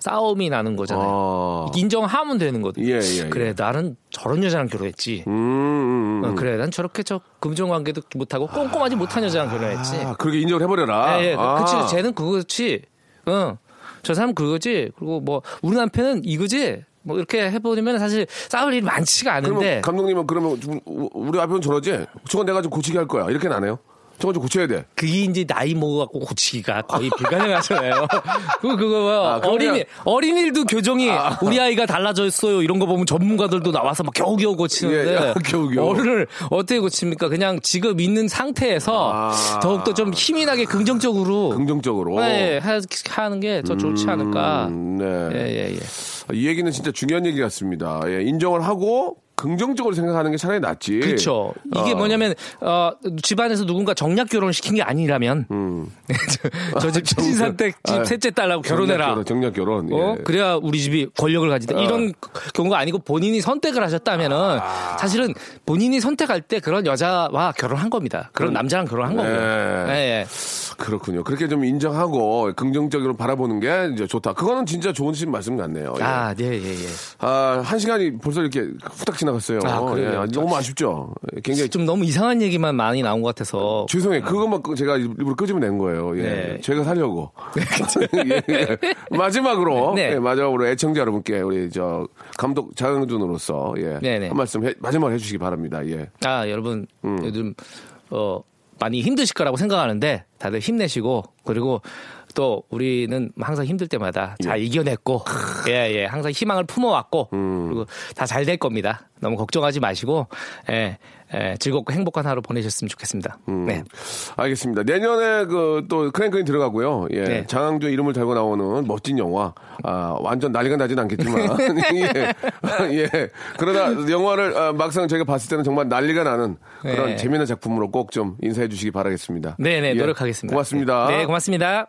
Speaker 4: 싸움이 나는 거잖아요.
Speaker 2: 아.
Speaker 4: 인정하면 되는 거죠.
Speaker 2: 예, 예, 예.
Speaker 4: 그래 나는 저런 여자랑 결혼했지.
Speaker 2: 음, 음, 음.
Speaker 4: 어, 그래 난 저렇게 저 금전 관계도 못하고 꼼꼼하지 못한 여자랑 결혼했지.
Speaker 2: 아, 그렇게 인정을 해버려라.
Speaker 4: 예, 예.
Speaker 2: 아.
Speaker 4: 그치, 쟤는 그거지. 응. 저 사람 그거지. 그리고 뭐, 우리 남편은 이거지. 뭐, 이렇게 해버리면 사실 싸울 일이 많지가
Speaker 2: 그러면
Speaker 4: 않은데.
Speaker 2: 감독님은 그러면 좀 우- 우리 앞에는 저러지? 저건 내가 좀 고치게 할 거야. 이렇게는 안 해요? 저건 좀 고쳐야 돼.
Speaker 4: 그게 이제 나이 먹어갖고 고치기가 거의 불가능하잖아요. 그, 그거 뭐,
Speaker 2: 아, 그럼
Speaker 4: 어린이,
Speaker 2: 그냥-
Speaker 4: 어린이들도 교정이 우리 아이가 달라졌어요. 이런 거 보면 전문가들도 나와서 막 겨우겨우 고치는데.
Speaker 2: 예, 예, 겨우겨우.
Speaker 4: 어른을 어떻게 고칩니까? 그냥 지금 있는 상태에서
Speaker 2: 아.
Speaker 4: 더욱더 좀 힘이 나게 긍정적으로.
Speaker 2: 긍정적으로.
Speaker 4: 예, 하- 하는 게 더 좋지 않을까.
Speaker 2: 어. 음, 네. 아,
Speaker 4: 예, 예, 예.
Speaker 2: 이 얘기는 진짜 중요한 얘기 같습니다. 예, 인정을 하고 긍정적으로 생각하는 게 차라리 낫지.
Speaker 4: 그렇죠. 이게
Speaker 2: 어.
Speaker 4: 뭐냐면 어, 집안에서 누군가 정략 결혼을 시킨 게 아니라면 저집 신산 댁집
Speaker 2: 음. 아,
Speaker 4: 셋째 딸하고 결혼해라.
Speaker 2: 정략 결혼, 정략 결혼.
Speaker 4: 어?
Speaker 2: 예. 아.
Speaker 4: 그래야 우리 집이 권력을 가지다. 이런 경우가 아니고 본인이 선택을 하셨다면은
Speaker 2: 아.
Speaker 4: 사실은
Speaker 2: 음.
Speaker 4: 본인이 선택할 때 그런 여자와 결혼한 겁니다. 그런 남자랑 결혼한
Speaker 2: 예.
Speaker 4: 겁니다. 예, 예.
Speaker 2: 그렇군요. 그렇게 좀 인정하고 긍정적으로 바라보는 게 이제 좋다. 그거는 진짜 좋은 신 말씀 같네요. 예. 아,
Speaker 4: 아, 예, 예, 예.
Speaker 2: 한 시간이 벌써 이렇게 후딱 지나갔어요.
Speaker 4: 아, 그러게요.
Speaker 2: 예, 너무 아쉽죠. 굉장히
Speaker 4: 좀 너무 이상한 얘기만 많이 나온 것 같아서.
Speaker 2: 죄송해요. 그것만 끄- 제가 일부러 끄집어 낸 거예요. 예.
Speaker 4: 네.
Speaker 2: 제가 사려고. 예, 예. 마지막으로,
Speaker 4: 네.
Speaker 2: 예, 마지막으로 애청자 여러분께 우리 저 감독 장영준으로서 예.
Speaker 4: 네, 네.
Speaker 2: 한 말씀 해, 마지막으로 해주시기 바랍니다. 예.
Speaker 4: 아, 여러분,
Speaker 2: 음.
Speaker 4: 요즘, 어, 많이 힘드실 거라고 생각하는데, 다들 힘내시고, 그리고 또 우리는 항상 힘들 때마다 잘 이겨냈고, 예, 예, 항상 희망을 품어왔고,
Speaker 2: 음.
Speaker 4: 그리고 다 잘 될 겁니다. 너무 걱정하지 마시고, 예, 예, 즐겁고 행복한 하루 보내셨으면 좋겠습니다.
Speaker 2: 음.
Speaker 4: 네.
Speaker 2: 알겠습니다. 내년에 그 또 크랭크인 들어가고요. 예.
Speaker 4: 네.
Speaker 2: 장항준 이름을 달고 나오는 멋진 영화. 아, 완전 난리가 나진 않겠지만. 예. 예. 그러다 영화를 아, 막상 제가 봤을 때는 정말 난리가 나는 그런
Speaker 4: 네.
Speaker 2: 재미있는 작품으로 꼭 좀 인사해 주시기 바라겠습니다.
Speaker 4: 네네,
Speaker 2: 예.
Speaker 4: 노력하겠습니다.
Speaker 2: 고맙습니다.
Speaker 4: 네, 고맙습니다.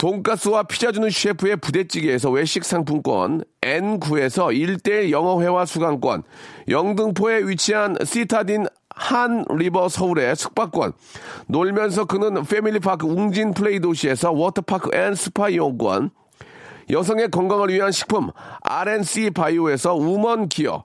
Speaker 2: 돈가스와 피자 주는 셰프의 부대찌개에서 외식 상품권, N9에서 1대1 영어회화 수강권, 영등포에 위치한 시타딘 한 리버 서울의 숙박권, 놀면서 그는 패밀리파크 웅진 플레이 도시에서 워터파크 앤 스파 이용권, 여성의 건강을 위한 식품 RNC 바이오에서 우먼 기어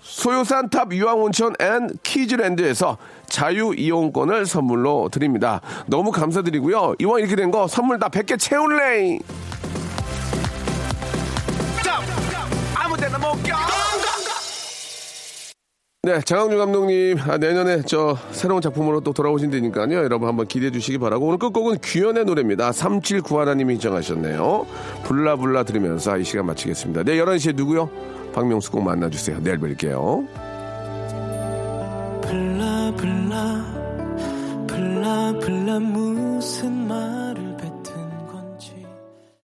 Speaker 2: 소요산 탑 유황온천 앤 키즈랜드에서 자유 이용권을 선물로 드립니다. 너무 감사드리고요. 이왕 이렇게 된 거 선물 다 100개 채울래!
Speaker 1: 아무데나 못 가.
Speaker 2: 네, 장항준 감독님, 아, 내년에 저 새로운 작품으로 또 돌아오신다니까요. 여러분 한번 기대해 주시기 바라고. 오늘 끝곡은 귀연의 노래입니다. 3791님이 신청하셨네요. 블라블라 들으면서 이 시간 마치겠습니다. 내일 11시에 누구요? 박명수 꼭 만나주세요. 내일 뵐게요.
Speaker 6: 블라 블라 블라 블라 무슨 말